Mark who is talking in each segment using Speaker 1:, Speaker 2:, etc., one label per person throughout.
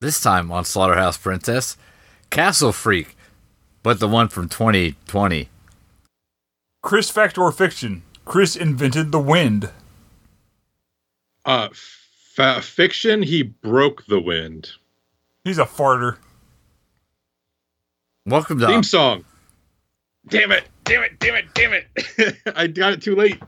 Speaker 1: This time on Slaughterhouse Princess, Castle Freak, but the one from 2020.
Speaker 2: Chris fact or fiction? Chris invented the wind.
Speaker 3: Uh, fa- fiction. He broke the wind.
Speaker 2: He's a farter.
Speaker 1: Welcome to
Speaker 3: Theme song. Damn it! Damn it! Damn it! Damn it! I got it too late.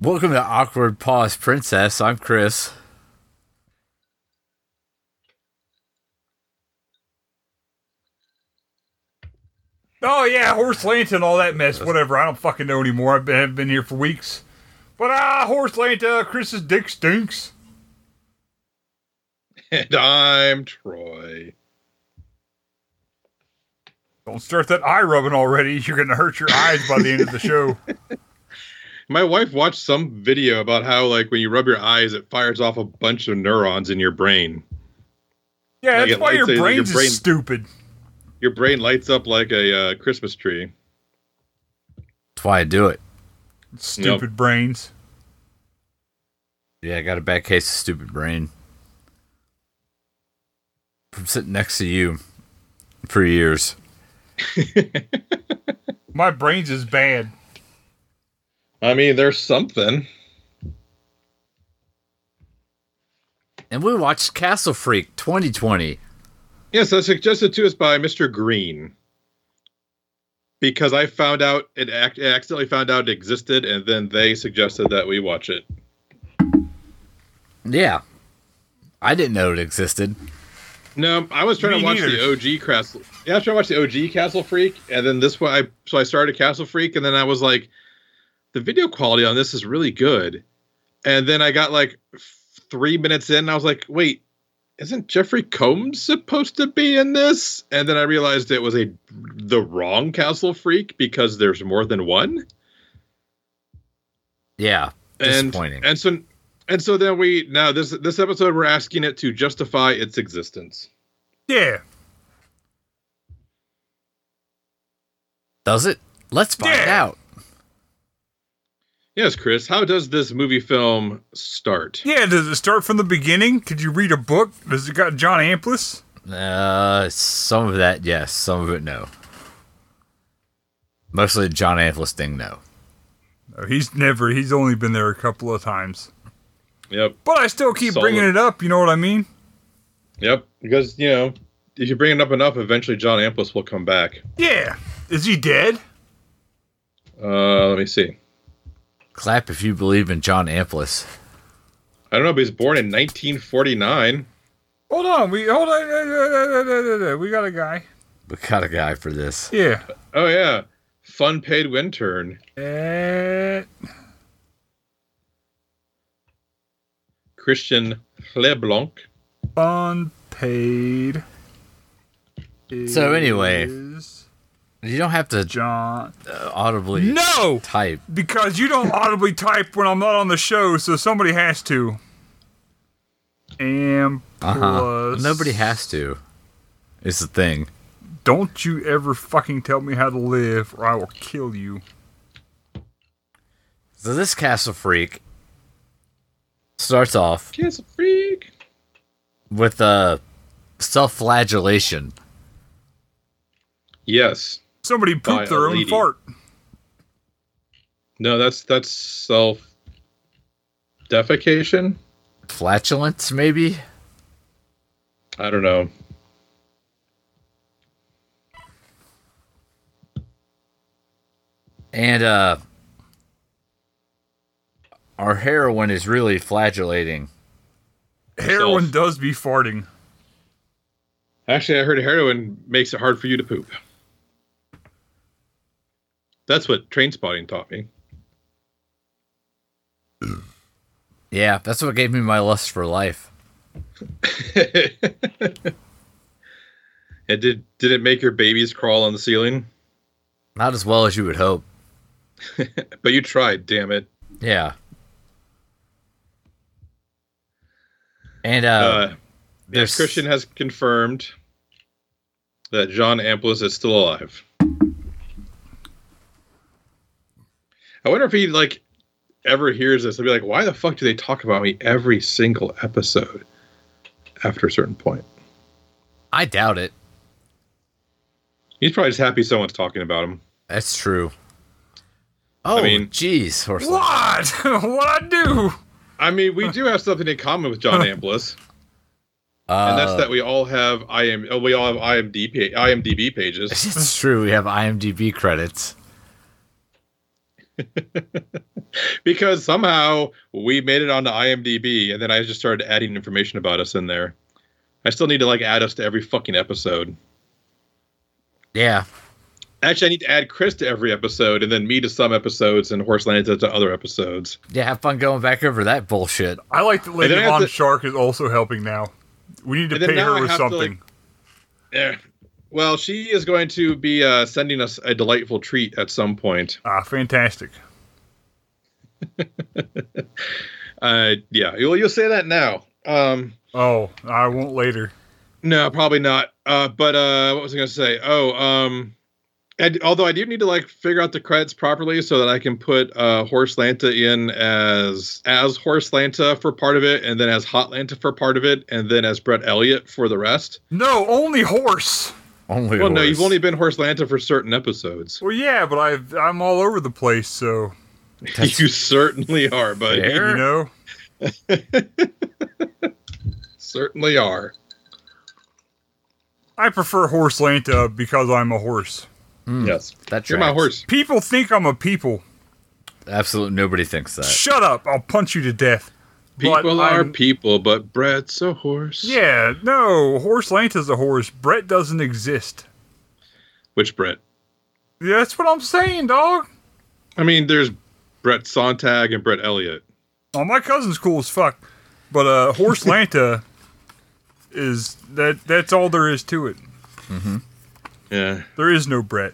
Speaker 1: Welcome to Awkward Pause Princess. I'm Chris.
Speaker 2: Oh yeah, horse lanta and all that mess. Whatever. I don't fucking know anymore. I've been, I've been here for weeks. But ah, horse lanta. Chris's dick stinks.
Speaker 3: and I'm Troy.
Speaker 2: Don't start that eye rubbing already. You're gonna hurt your eyes by the end of the show.
Speaker 3: My wife watched some video about how, like, when you rub your eyes, it fires off a bunch of neurons in your brain.
Speaker 2: Yeah, that's
Speaker 3: Like,
Speaker 2: why
Speaker 3: I'd
Speaker 2: your
Speaker 3: say your
Speaker 2: brains
Speaker 3: brain-
Speaker 2: is stupid.
Speaker 3: Your brain lights up like a uh, Christmas tree.
Speaker 1: That's why I do it.
Speaker 2: Stupid brains.
Speaker 1: Yeah, I got a bad case of stupid brain. From sitting next to you for years.
Speaker 2: My brains is bad.
Speaker 3: I mean, there's something.
Speaker 1: And we watched Castle Freak 2020.
Speaker 3: Yes, that's suggested to us by Mr. Green. Because I found out it ac- I accidentally found out it existed, and then they suggested that we watch it.
Speaker 1: Yeah. I didn't know it existed.
Speaker 3: No, I was trying
Speaker 2: Me
Speaker 3: to watch
Speaker 2: neither.
Speaker 3: the OG Castle. Yeah, I was trying to watch the OG Castle Freak, and then this one. I so I started Castle Freak, and then I was like, the video quality on this is really good. And then I got like f- three minutes in, and I was like, wait, isn't Jeffrey Combs supposed to be in this? And then I realized it was a the wrong Castle Freak because there's more than one.
Speaker 1: Yeah.
Speaker 3: And
Speaker 1: Disappointing.
Speaker 3: and so and so then we now this this episode we're asking it to justify its existence.
Speaker 2: Yeah.
Speaker 1: Does it? Let's find
Speaker 2: Yeah.
Speaker 1: out.
Speaker 3: Yes, Chris. How does this movie film start?
Speaker 2: Yeah, does it start from the beginning? Could you read a book? Does it got John Amplis?
Speaker 1: Uh, some of that, yes. Some of it, no. Mostly the John Anthlis thing, no.
Speaker 2: No, he's never. He's only been there a couple of times.
Speaker 3: Yep,
Speaker 2: But I still keep
Speaker 3: Solid.
Speaker 2: bringing it up. You know what I mean?
Speaker 3: yep. Because you know, if you bring it up enough, eventually John Amplis will come back.
Speaker 2: Yeah. Is he dead?
Speaker 3: Uh, let me see.
Speaker 1: Clap if you believe in John Amplis.
Speaker 3: I don't know, but he's born in 1949.
Speaker 2: Hold on. We hold on. uh, uh, uh, uh, uh, uh, We got a guy.
Speaker 1: We got a guy for this.
Speaker 2: Yeah.
Speaker 3: Oh yeah, fun paid intern.
Speaker 2: Uh,
Speaker 3: Christian Leblanc.
Speaker 2: unpaid.
Speaker 1: So anyway.
Speaker 2: is
Speaker 1: You don't have to
Speaker 2: John.
Speaker 1: uh, audibly
Speaker 2: No,
Speaker 1: type.
Speaker 2: because you don't audibly type when I'm not on the show, so somebody has to. Am
Speaker 1: Uh huh.
Speaker 2: plus-
Speaker 1: Nobody has to. It's the thing.
Speaker 2: Don't you ever fucking tell me how to live, or I will kill you.
Speaker 1: So this castle freak starts off
Speaker 3: Kiss a freak.
Speaker 1: with uh, self-flagellation.
Speaker 3: Yes.
Speaker 2: Somebody
Speaker 3: By
Speaker 2: pooped
Speaker 3: a
Speaker 2: their own
Speaker 3: lady.
Speaker 2: fart.
Speaker 3: No, that's that's self defecation.
Speaker 1: Flatulence, maybe.
Speaker 3: I don't know.
Speaker 1: And uh our heroine is really flagellating.
Speaker 2: Heroin does be farting.
Speaker 3: Actually, I heard heroin makes it hard for you to poop. That's what train spotting taught me.
Speaker 1: Yeah, that's what gave me my lust for life.
Speaker 3: it did did it make your babies crawl on the ceiling?
Speaker 1: Not as well as you would hope.
Speaker 3: But you tried, damn it.
Speaker 1: Yeah. And uh,
Speaker 3: Uh,
Speaker 1: there's
Speaker 3: Christian has confirmed that John Amplis is still alive. I wonder if he like ever hears this. He'll be like, "Why the fuck do they talk about me every single episode?" After a certain point,
Speaker 1: I doubt it.
Speaker 3: he's probably just happy someone's talking about him.
Speaker 1: That's true. Oh,
Speaker 3: mean-
Speaker 1: jeez, horse.
Speaker 2: What? what I do?
Speaker 3: I mean, we do have something in common with John Amplis, and
Speaker 1: Uh,
Speaker 3: that's that we all have IM, oh, we all have IMDb, IMDb pages.
Speaker 1: It's true. We have IMDb credits.
Speaker 3: because somehow we made it onto IMDb, and then I just started adding information about us in there. I still need to like add us to every fucking episode.
Speaker 1: Yeah.
Speaker 3: Actually, I need to add Chris to every episode, and then me to some episodes, and Horse Lanta to other episodes.
Speaker 1: Yeah, have fun going back over that bullshit.
Speaker 2: I like that Lady
Speaker 3: then I have
Speaker 2: Von
Speaker 3: to-
Speaker 2: Shark is also helping now. We need to
Speaker 3: And then
Speaker 2: pay
Speaker 3: now
Speaker 2: her
Speaker 3: I
Speaker 2: with
Speaker 3: have to,
Speaker 2: something.
Speaker 3: Eh. Well, she is going to be uh, sending us a delightful treat at some point.
Speaker 2: ah, fantastic.
Speaker 3: Uh, yeah, well, you'll say that now. Um,
Speaker 2: Oh, I won't later.
Speaker 3: No, probably not. Uh, but uh, what was I going to say? Oh, um, and although I do need to like figure out the credits properly so that I can put uh, Horse Lanta in as as Horse Lanta for part of it, and then as Hot Lanta for part of it, and then as Brett Elliott for the rest.
Speaker 2: No, only horse.
Speaker 1: Only
Speaker 3: Well, no,
Speaker 1: horse.
Speaker 3: you've only been Horse Lanta for certain episodes.
Speaker 2: Well, yeah, but I've, I'm all over the place, so
Speaker 1: That's-
Speaker 3: You certainly are, buddy.
Speaker 1: Yeah.
Speaker 2: you know.
Speaker 3: Certainly are.
Speaker 2: I prefer horse Lanta because I'm a horse.
Speaker 3: Yes,
Speaker 1: that
Speaker 3: you're my
Speaker 1: tracks.
Speaker 3: horse.
Speaker 2: People think I'm a people.
Speaker 1: Absolutely nobody thinks that.
Speaker 2: Shut up! I'll punch you to death. But
Speaker 3: People are
Speaker 2: I'm-
Speaker 3: people, but Brett's a horse.
Speaker 2: Yeah, no, horse Lanta's a horse. Brett doesn't exist.
Speaker 3: Which Brett?
Speaker 2: Yeah, that's what I'm saying, dog.
Speaker 3: I mean, there's Brett Sontag and Brett Elliott.
Speaker 2: Oh, my cousin's cool as fuck, but uh, horse Lanta is that. That's all there is to it.
Speaker 3: Yeah.
Speaker 2: There is no Brett.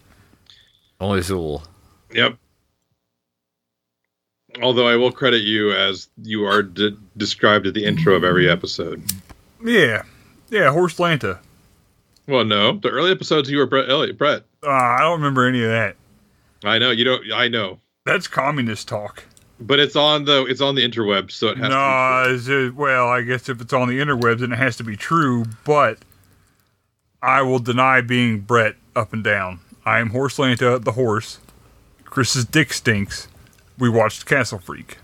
Speaker 1: Only Zool.
Speaker 3: Yep. Although I will credit you as you are d- described at the intro of every episode.
Speaker 2: Yeah, yeah, horse Lanta.
Speaker 3: Well, no, the early episodes you were Brett Elliott. Brett,
Speaker 2: Uh, I don't remember any of that.
Speaker 3: I know you don't. I know,
Speaker 2: That's communist talk.
Speaker 3: but it's on the it's on the interweb, so it has.
Speaker 2: No, it's, uh, well, I guess if it's on the interwebs, then it has to be true. But I will deny being Brett up and down. I am Horse Lanta, the horse. Chris's dick stinks. We watched Castle Freak.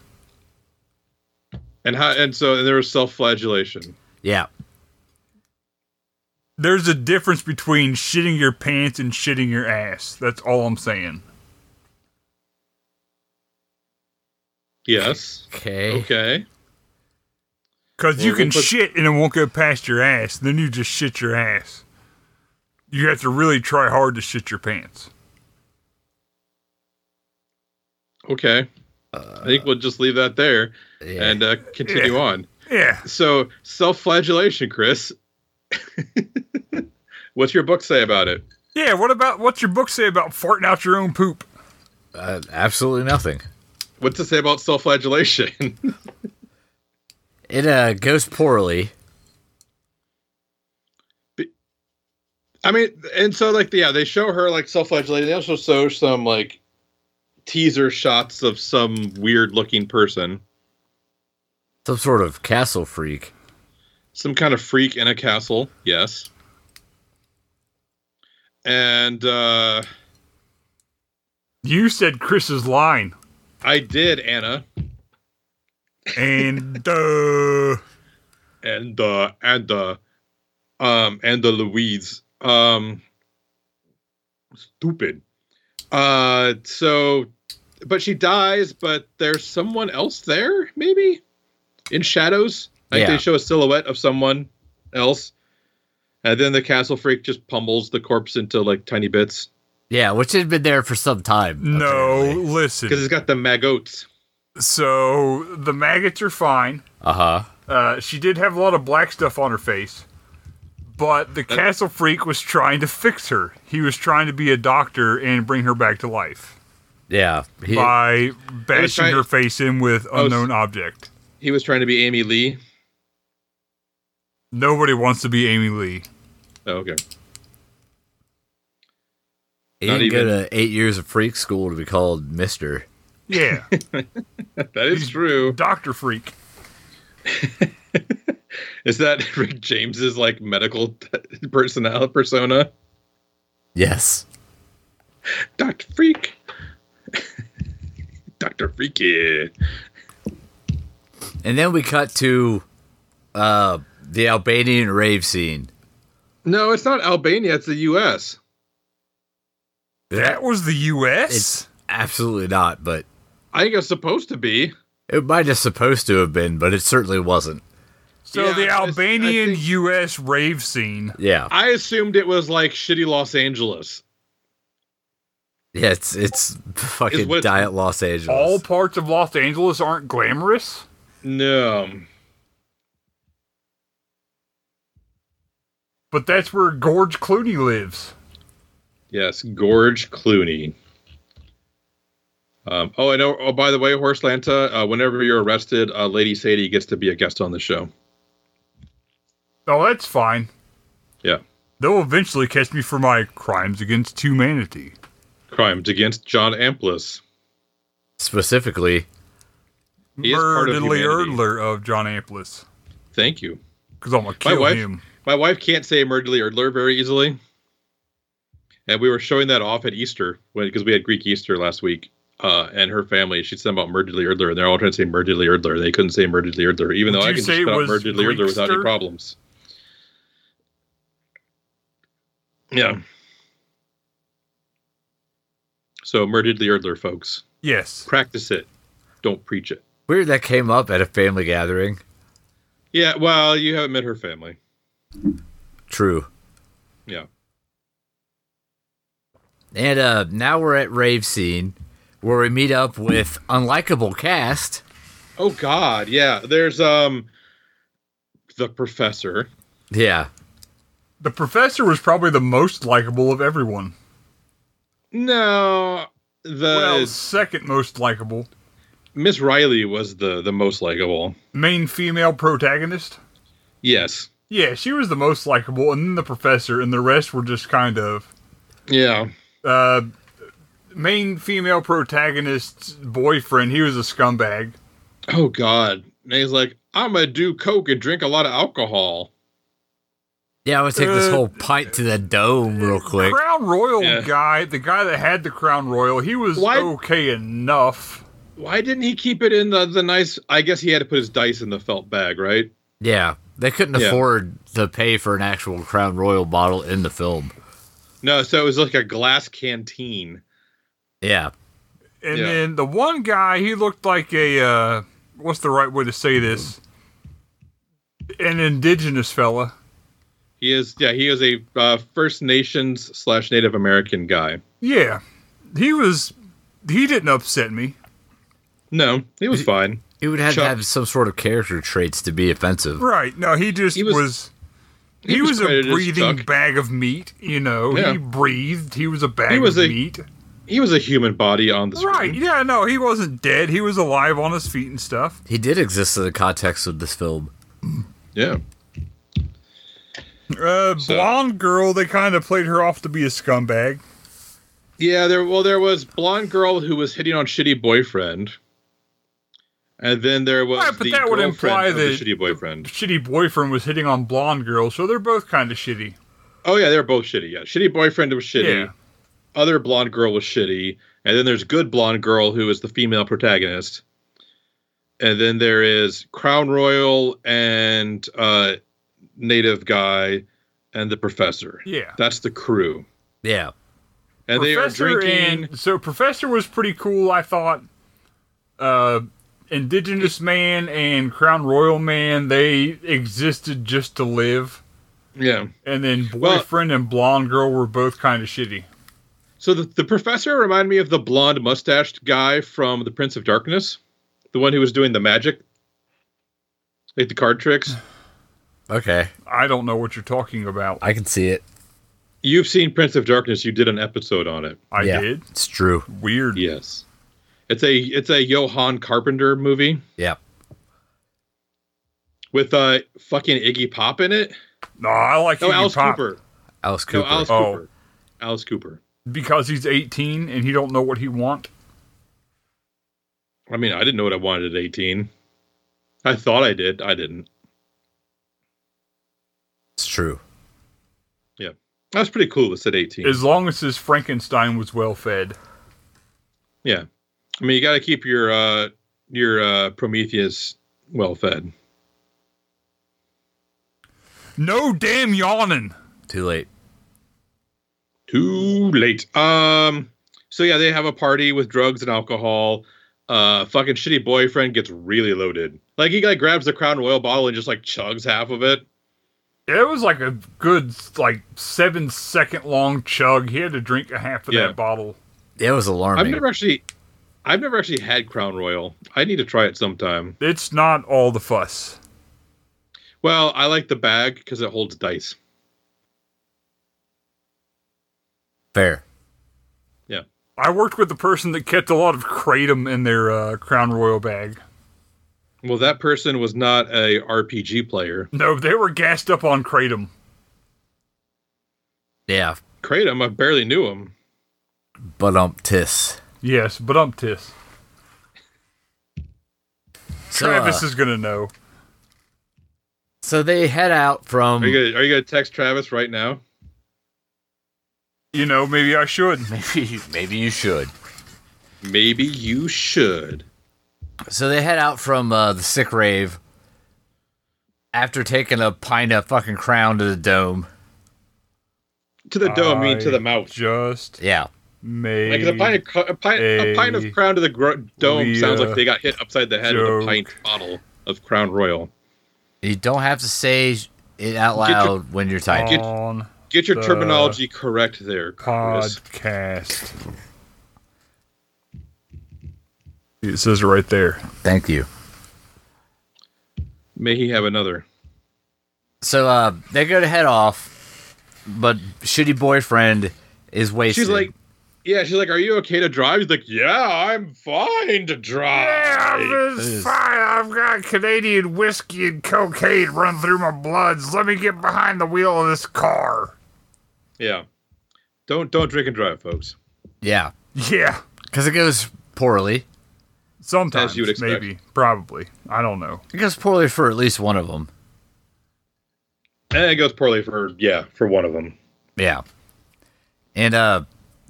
Speaker 3: to be. and how, and so and there was self-flagellation.
Speaker 1: Yeah.
Speaker 2: There's a difference between shitting your pants and shitting your ass. That's all I'm saying.
Speaker 3: Yes.
Speaker 1: Okay.
Speaker 3: Okay.
Speaker 2: Because you
Speaker 3: Well,
Speaker 2: can
Speaker 3: we'll put-
Speaker 2: shit and it won't go past your ass. Then you just shit your ass. You have to really try hard to shit your pants.
Speaker 3: Okay. I think we'll just leave that there
Speaker 1: Uh, Yeah.
Speaker 3: and uh, continue
Speaker 2: Yeah.
Speaker 3: on.
Speaker 2: Yeah.
Speaker 3: So self-flagellation, Chris. What's your book say about it?
Speaker 2: Yeah. What about what's your book say about farting out your own poop?
Speaker 1: uh, absolutely nothing.
Speaker 3: What's it say about self-flagellation?
Speaker 1: It uh, goes poorly.
Speaker 3: I mean, and so like yeah, they show her like self-flagellating. They also show some like teaser shots of some weird-looking person,
Speaker 1: Some sort of castle freak.
Speaker 3: some kind of freak in a castle. Yes. And uh,
Speaker 2: You said Chris's line.
Speaker 3: I did Anna
Speaker 2: And uh
Speaker 3: and uh, and uh, um and the Louise um stupid. Uh, so, but she dies. But there's someone else there, maybe in shadows. Like
Speaker 1: Yeah.
Speaker 3: they show a silhouette of someone else, and then the castle freak just pummels the corpse into like tiny bits
Speaker 1: Yeah, which had been there for some time.
Speaker 2: no,
Speaker 1: apparently.
Speaker 3: because
Speaker 2: listen.
Speaker 3: it's got the maggots.
Speaker 2: So the maggots are fine.
Speaker 1: Uh huh.
Speaker 2: Uh, she did have a lot of black stuff on her face, but the
Speaker 3: Uh,
Speaker 2: castle freak was trying to fix her. He was trying to be a doctor and bring her back to life
Speaker 1: Yeah. He,
Speaker 2: by bashing
Speaker 3: trying- Oh,
Speaker 2: her face in with
Speaker 3: was-
Speaker 2: unknown object.
Speaker 3: He was trying to be Amy Lee.
Speaker 2: Nobody wants to be Amy Lee.
Speaker 3: Oh, okay.
Speaker 1: You
Speaker 3: Not
Speaker 1: didn't go
Speaker 3: even-
Speaker 1: to eight years of freak school to be called Mister.
Speaker 2: Yeah,
Speaker 3: That is true.
Speaker 2: Doctor Freak.
Speaker 3: Is that Rick James's like medical t- personnel persona?
Speaker 1: Yes.
Speaker 3: Doctor Freak. Doctor Freaky.
Speaker 1: And then we cut to uh, the Albanian rave scene.
Speaker 3: No, it's not Albania. It's the U.S.
Speaker 2: That was the U.S.
Speaker 1: It's absolutely not, but
Speaker 3: I think it's supposed to be.
Speaker 1: it might have supposed to have been, but it certainly wasn't.
Speaker 2: so
Speaker 3: Yeah,
Speaker 2: the
Speaker 3: I- I
Speaker 2: Albanian
Speaker 3: think-
Speaker 2: U.S. rave scene.
Speaker 1: Yeah.
Speaker 3: I assumed it was like shitty Los Angeles.
Speaker 1: Yeah, it's it's fucking
Speaker 3: what it's-
Speaker 1: Diet Los Angeles.
Speaker 2: All parts of Los Angeles aren't glamorous.
Speaker 3: No.
Speaker 2: But that's where Gorge Clooney lives.
Speaker 3: Yes, Gorge Clooney. Um, oh, I know. Oh, by the way, Horse Lanta, uh, whenever you're arrested, uh, Lady Sadie gets to be a guest on the show.
Speaker 2: Oh, that's fine.
Speaker 3: Yeah.
Speaker 2: They'll eventually catch me for my crimes against humanity.
Speaker 3: Crimes against John Amplis.
Speaker 1: specifically.
Speaker 3: He is part of
Speaker 2: Murderly
Speaker 3: humanity.
Speaker 2: Erdler of John Amplis.
Speaker 3: Thank you.
Speaker 2: Because I'm going to kill
Speaker 3: wife-
Speaker 2: him.
Speaker 3: My wife can't say Murderly Erdler very easily. And we were showing that off at Easter because we had Greek Easter last week. Uh, and her family, she'd said about Murderly Erdler, and they're all trying to say Murderly Erdler. They couldn't say Murderly Erdler, even
Speaker 2: Would
Speaker 3: though I
Speaker 2: you
Speaker 3: can
Speaker 2: say
Speaker 3: just spell
Speaker 2: it
Speaker 3: out
Speaker 2: was
Speaker 3: Murderly Erdler without
Speaker 2: Greekster?
Speaker 3: any problems. Yeah. So Murderly Erdler, folks,
Speaker 2: Yes.
Speaker 3: practice it. Don't preach it.
Speaker 1: Weird that came up at a family gathering.
Speaker 3: Yeah, well, you haven't met her family.
Speaker 1: True.
Speaker 3: Yeah.
Speaker 1: And uh now we're at rave scene where we meet up with unlikable cast.
Speaker 3: Oh God, yeah. There's um the professor.
Speaker 1: Yeah.
Speaker 2: The professor was probably the most likable of everyone.
Speaker 3: No, the
Speaker 2: Well, second most likable.
Speaker 3: Miss Riley was the the most likable.
Speaker 2: Main female protagonist.
Speaker 3: Yes.
Speaker 2: Yeah, she was the most likable, and then the professor, and the rest were just kind of.
Speaker 3: Yeah.
Speaker 2: Uh, main female protagonist's boyfriend, he was a scumbag.
Speaker 3: Oh God. And he's like, I'm gonna do coke and drink a lot of alcohol.
Speaker 1: Yeah, I would take this
Speaker 2: Uh,
Speaker 1: whole pint to the dome real quick.
Speaker 2: Crown Royal
Speaker 3: Yeah.
Speaker 2: guy, the guy that had the Crown Royal, he was
Speaker 3: Why-
Speaker 2: okay enough.
Speaker 3: Why didn't he keep it in the the nice? I guess he had to put his dice in the felt bag, right?
Speaker 1: Yeah. They couldn't
Speaker 3: Yeah.
Speaker 1: afford to pay for an actual Crown Royal bottle in the film.
Speaker 3: No, so it was like a glass canteen.
Speaker 1: Yeah.
Speaker 2: And
Speaker 3: Yeah.
Speaker 2: then the one guy, he looked like a uh, what's the right way to say this? An indigenous fella.
Speaker 3: He is, yeah, he is a uh, First Nations slash Native American guy.
Speaker 2: Yeah, he was. He didn't upset me.
Speaker 3: No, he was fine.
Speaker 1: It would have
Speaker 3: Chuck-
Speaker 1: to have some sort of character traits to be offensive.
Speaker 2: Right? No, he just
Speaker 3: He
Speaker 2: was.
Speaker 3: was-
Speaker 2: was he, was, a
Speaker 3: credited as
Speaker 2: breathing
Speaker 3: Chuck.
Speaker 2: bag of meat, you know.
Speaker 3: Yeah.
Speaker 2: He breathed. He was a bag
Speaker 3: was
Speaker 2: of
Speaker 3: a-
Speaker 2: meat.
Speaker 3: He was a human body on the screen.
Speaker 2: Right? Yeah. No, he wasn't dead. He was alive on his feet and stuff.
Speaker 1: He did exist in the context of this film.
Speaker 3: Yeah.
Speaker 2: Uh,
Speaker 3: So-
Speaker 2: blonde girl. They kind of played her off to be a scumbag.
Speaker 3: Yeah, there well there was blonde girl who was hitting on shitty boyfriend. And then there was
Speaker 2: Right, but
Speaker 3: the
Speaker 2: that would
Speaker 3: girlfriend
Speaker 2: imply
Speaker 3: of the
Speaker 2: that-
Speaker 3: shitty boyfriend.
Speaker 2: Shitty boyfriend was hitting on blonde girl, so they're both kind of shitty.
Speaker 3: Oh yeah, they were both shitty. Yeah, shitty boyfriend was shitty.
Speaker 2: Yeah.
Speaker 3: Other blonde girl was shitty, and then there's good blonde girl who is the female protagonist. And then there is Crown Royal and uh, Native guy and the professor.
Speaker 2: Yeah.
Speaker 3: That's the crew,
Speaker 1: Yeah.
Speaker 3: and they are drinking.
Speaker 2: and- so Professor was pretty cool, I thought. Uh, Indigenous man and Crown Royal man, they existed just to live.
Speaker 3: yeah.
Speaker 2: And then
Speaker 3: Well-
Speaker 2: boyfriend and blonde girl were both kind of shitty.
Speaker 3: So the, the professor reminded me of the blonde mustached guy from The Prince of Darkness, the one who was doing the magic, like the card tricks.
Speaker 1: Okay.
Speaker 2: I don't know what you're talking about.
Speaker 1: I can see it.
Speaker 3: You've seen Prince of Darkness. You did an episode on it.
Speaker 2: I
Speaker 1: yeah.
Speaker 2: did.
Speaker 1: It's true.
Speaker 2: Weird.
Speaker 3: Yes, it's a it's a Johann Carpenter movie
Speaker 1: Yeah.
Speaker 3: with uh fucking Iggy Pop in it.
Speaker 2: No, I like
Speaker 3: No,
Speaker 2: Iggy
Speaker 3: Oh, Alice
Speaker 2: Pop
Speaker 3: Cooper.
Speaker 1: Alice Cooper.
Speaker 3: No, Alice
Speaker 2: Oh.
Speaker 3: Cooper. Alice Cooper.
Speaker 2: because he's 18 and he don't know what he want.
Speaker 3: I mean, I didn't know what I wanted at 18. I thought I did. I didn't.
Speaker 1: It's true.
Speaker 3: I was pretty clueless at 18.
Speaker 2: As long as his Frankenstein was well fed.
Speaker 3: yeah. I mean, you got to keep your uh your uh Prometheus well fed.
Speaker 2: No damn yawning.
Speaker 1: Too late.
Speaker 3: Too late. Um. So yeah, they have a party with drugs and alcohol. Uh, fucking shitty boyfriend gets really loaded. Like he like grabs the Crown Royal bottle and just like chugs half of it.
Speaker 2: It was like a good like seven second long chug. He had to drink a half of
Speaker 3: Yeah.
Speaker 2: that bottle.
Speaker 1: It was alarming.
Speaker 3: I've never actually, I've never actually had Crown Royal. I need to try it sometime.
Speaker 2: It's not all the fuss.
Speaker 3: Well, I like the bag because it holds dice.
Speaker 1: Fair.
Speaker 2: I worked with a person that kept a lot of kratom in their uh, Crown Royal bag.
Speaker 3: Well, that person was not a RPG player.
Speaker 2: No, they were gassed up on kratom.
Speaker 1: Yeah.
Speaker 3: Kratom, I barely knew him.
Speaker 1: But um, tis.
Speaker 2: Yes, but um, tis.
Speaker 1: So, uh,
Speaker 2: Travis is gonna know.
Speaker 1: so they head out from.
Speaker 3: Are you gonna, are you gonna text Travis right now?
Speaker 2: You know, maybe I should.
Speaker 1: maybe, maybe you should.
Speaker 3: Maybe you should.
Speaker 1: So they head out from uh, the sick rave after taking a pint of fucking crown to the dome.
Speaker 3: To the dome, I mean to the mouth.
Speaker 2: Just
Speaker 1: Yeah.
Speaker 3: Like
Speaker 2: made.
Speaker 3: a pint, of, cr- a pint, a pint
Speaker 2: Hey.
Speaker 3: of crown to the gro- dome
Speaker 2: We,
Speaker 3: sounds
Speaker 2: uh,
Speaker 3: like they got hit upside the head with
Speaker 2: joke.
Speaker 3: a pint bottle of Crown Royal.
Speaker 1: You don't have to say it out
Speaker 3: Get your-
Speaker 1: loud when you're typing.
Speaker 3: Get-
Speaker 2: on
Speaker 3: Get your
Speaker 2: The
Speaker 3: terminology correct there, Chris.
Speaker 2: podcast. It says it right there.
Speaker 1: Thank you.
Speaker 3: May he have another.
Speaker 1: So uh, they go to head off, but shitty boyfriend is wasted.
Speaker 3: She's like, yeah, she's like, are you okay to drive? He's like, yeah, I'm fine to drive.
Speaker 1: is-
Speaker 2: I've got Canadian whiskey and cocaine run through my bloods. Let me get behind the wheel of this car.
Speaker 3: Yeah. Don't don't drink and drive, folks.
Speaker 1: yeah,
Speaker 2: Yeah,
Speaker 1: because it goes poorly.
Speaker 2: sometimes
Speaker 3: As you would expect.
Speaker 2: maybe, probably. I don't know.
Speaker 1: It goes poorly for at least one of them.
Speaker 3: And it goes poorly for yeah for one of them.
Speaker 1: Yeah. And uh,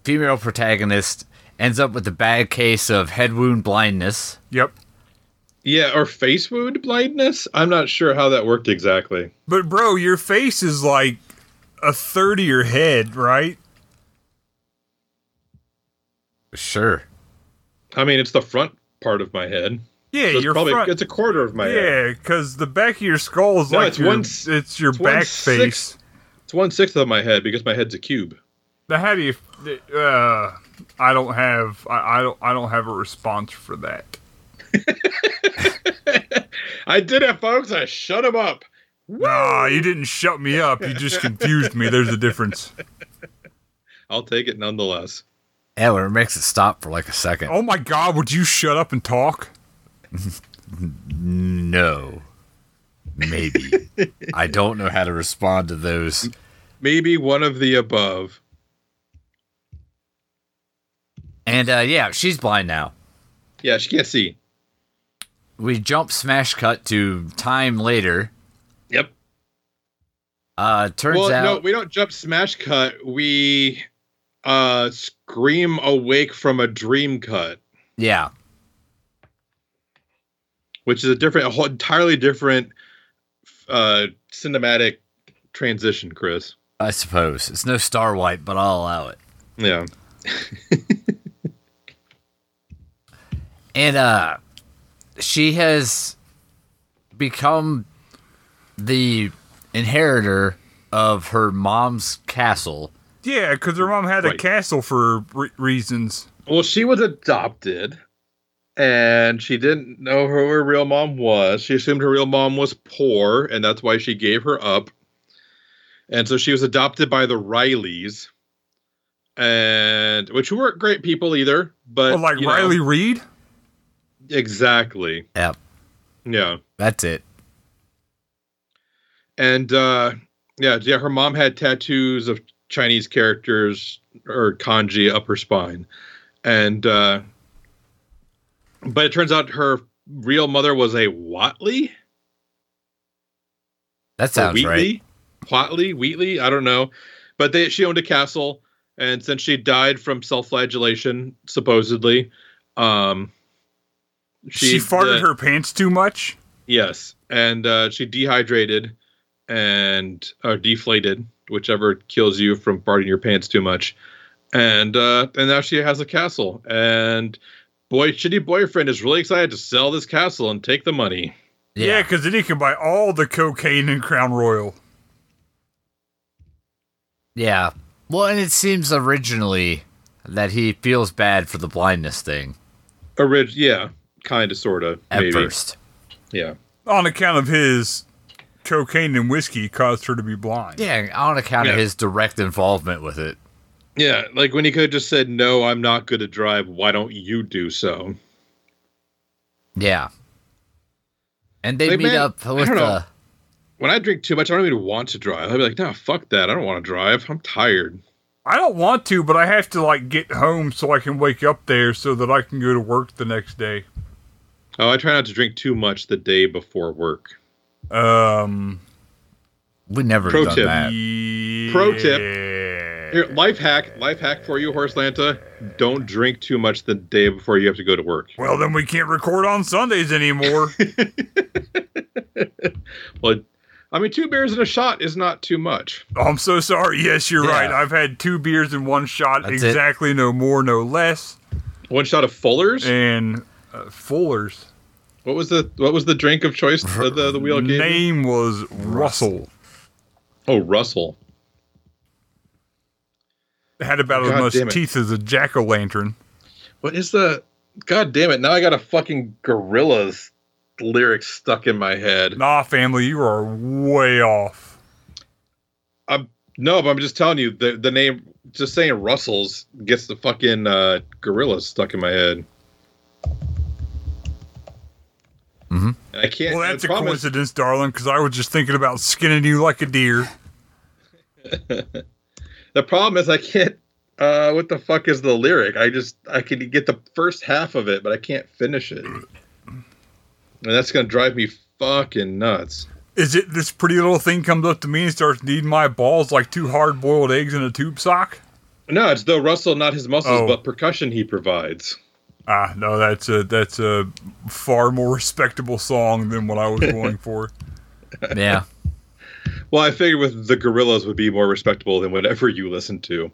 Speaker 1: female protagonist ends up with a bad case of head wound blindness.
Speaker 2: Yep.
Speaker 3: Yeah, or face wound blindness. I'm not sure how that worked exactly.
Speaker 2: But bro, your face is like a third of your head, right?
Speaker 1: Sure.
Speaker 3: I mean, it's the front part of my head.
Speaker 2: Yeah,
Speaker 3: So it's
Speaker 2: your
Speaker 3: probably
Speaker 2: front.
Speaker 3: it's a quarter of my head.
Speaker 2: yeah, because the back of your skull is
Speaker 3: No,
Speaker 2: like
Speaker 3: it's
Speaker 2: your,
Speaker 3: one s-
Speaker 2: it's your
Speaker 3: it's one
Speaker 2: back
Speaker 3: sixth.
Speaker 2: face.
Speaker 3: It's one sixth of my head because my head's a cube.
Speaker 2: Now, how do you? Uh, I don't have. I, I don't. I don't have a response for that.
Speaker 3: I did it, folks. I shut him up.
Speaker 2: Nah, you didn't shut me up. You just confused me. There's a difference.
Speaker 3: I'll take it nonetheless.
Speaker 1: Yeah, when it makes it stop for like a second.
Speaker 2: Oh my God, would you shut up and talk?
Speaker 1: No. Maybe. I don't know how to respond to those.
Speaker 3: Maybe one of the above.
Speaker 1: And uh, yeah, she's blind now.
Speaker 3: Yeah, she can't see.
Speaker 1: We jump smash cut to time later.
Speaker 3: Yep.
Speaker 1: Uh, turns
Speaker 3: Well,
Speaker 1: out
Speaker 3: no, we don't jump smash cut. We uh scream awake from a dream cut,
Speaker 1: Yeah.
Speaker 3: which is a different, a whole entirely different uh cinematic transition, Chris.
Speaker 1: I suppose. It's no star wipe, but I'll allow it.
Speaker 3: Yeah.
Speaker 1: And uh she has become the inheritor of her mom's castle.
Speaker 2: Yeah, because her mom had a
Speaker 3: Right.
Speaker 2: castle for re- reasons.
Speaker 3: Well, she was adopted and she didn't know who her real mom was. She assumed her real mom was poor and that's why she gave her up. And so she was adopted by the Rileys. And which weren't great people either, but
Speaker 2: Well, like
Speaker 3: you know,
Speaker 2: Riley Reed.
Speaker 3: exactly.
Speaker 1: Yep.
Speaker 3: Yeah.
Speaker 1: That's it.
Speaker 3: and uh, yeah, yeah, her mom had tattoos of Chinese characters or kanji up her spine, and uh, but it turns out her real mother was a Watley.
Speaker 1: That sounds right.
Speaker 3: Wheatley, Plotley, Wheatley, I don't know. But they she owned a castle, and since she died from self-flagellation, supposedly, um,
Speaker 2: She, farted
Speaker 3: the-
Speaker 2: her pants too much.
Speaker 3: Yes, and uh, she dehydrated and or deflated, whichever kills you from farting your pants too much. And uh, and now she has a castle, and boy, shitty boyfriend is really excited to sell this castle and take the money.
Speaker 2: Yeah, because then he can buy all the cocaine in Crown Royal.
Speaker 1: Yeah. Well, and it seems originally that he feels bad for the blindness thing
Speaker 3: Orig- yeah, kind of, sort of,
Speaker 1: at
Speaker 3: maybe,
Speaker 1: first.
Speaker 3: yeah.
Speaker 2: On account of his cocaine and whiskey caused her to be blind.
Speaker 1: Yeah, on account of
Speaker 3: Yeah.
Speaker 1: his direct involvement with it.
Speaker 3: Yeah, like when he could have just said, "No, I'm not good to drive. Why don't you do so?"
Speaker 1: Yeah. And they
Speaker 3: Like,
Speaker 1: meet
Speaker 3: man,
Speaker 1: up
Speaker 3: I
Speaker 1: with uh,
Speaker 3: don't know.
Speaker 1: the.
Speaker 3: When I drink too much, I don't even want to drive. I'd be like, "No, fuck that. I don't want to drive. I'm tired."
Speaker 2: I don't want to, but I have to like get home so I can wake up there so that I can go to work the next day.
Speaker 3: Oh, I try not to drink too much the day before work.
Speaker 2: Um,
Speaker 1: We never
Speaker 3: Pro
Speaker 1: done
Speaker 3: tip.
Speaker 1: that.
Speaker 3: Pro tip. Here,
Speaker 2: tip.
Speaker 3: life hack, life hack for you, Horse Lanta. Don't drink too much the day before you have to go to work.
Speaker 2: Well, then we can't record on Sundays anymore.
Speaker 3: Well, I mean, two beers and a shot is not too much.
Speaker 2: I'm so sorry. Yes, you're
Speaker 1: Yeah.
Speaker 2: right. I've had two beers in one shot,
Speaker 1: That's it.
Speaker 2: exactly, no more, no less.
Speaker 3: One shot of Fuller's.
Speaker 2: And uh, Fuller's
Speaker 3: What was the what was the drink of choice? The the, the wheel gave. you?
Speaker 2: name was Russell.
Speaker 3: Oh, Russell.
Speaker 2: Had about
Speaker 3: God
Speaker 2: as
Speaker 3: damn
Speaker 2: much
Speaker 3: it.
Speaker 2: teeth as a jack o' lantern.
Speaker 3: What is the? God damn it! Now I got a fucking gorillas lyric stuck in my head.
Speaker 2: Nah, family, you are way off.
Speaker 3: No, but I'm just telling you the the name. Just saying Russell's gets the fucking uh, gorillas stuck in my head.
Speaker 1: Mhm.
Speaker 3: And I can't.
Speaker 2: Well,
Speaker 3: and the
Speaker 2: that's a
Speaker 3: problem is-
Speaker 2: coincidence, darling, because I was just thinking about skinning you like a deer.
Speaker 3: The problem is I can't. Uh, what the fuck is the lyric? I just I can get the first half of it, but I can't finish it, and that's gonna drive me fucking nuts.
Speaker 2: Is it this pretty little thing comes up to me and starts kneading my balls like two hard boiled eggs in a tube sock?
Speaker 3: No, it's though Russell, not his muscles,
Speaker 2: Oh.
Speaker 3: but percussion he provides.
Speaker 2: Ah, no, that's a that's a far more respectable song than what I was going for.
Speaker 1: Yeah.
Speaker 3: Well, I figured with the gorillas would be more respectable than whatever you listen to.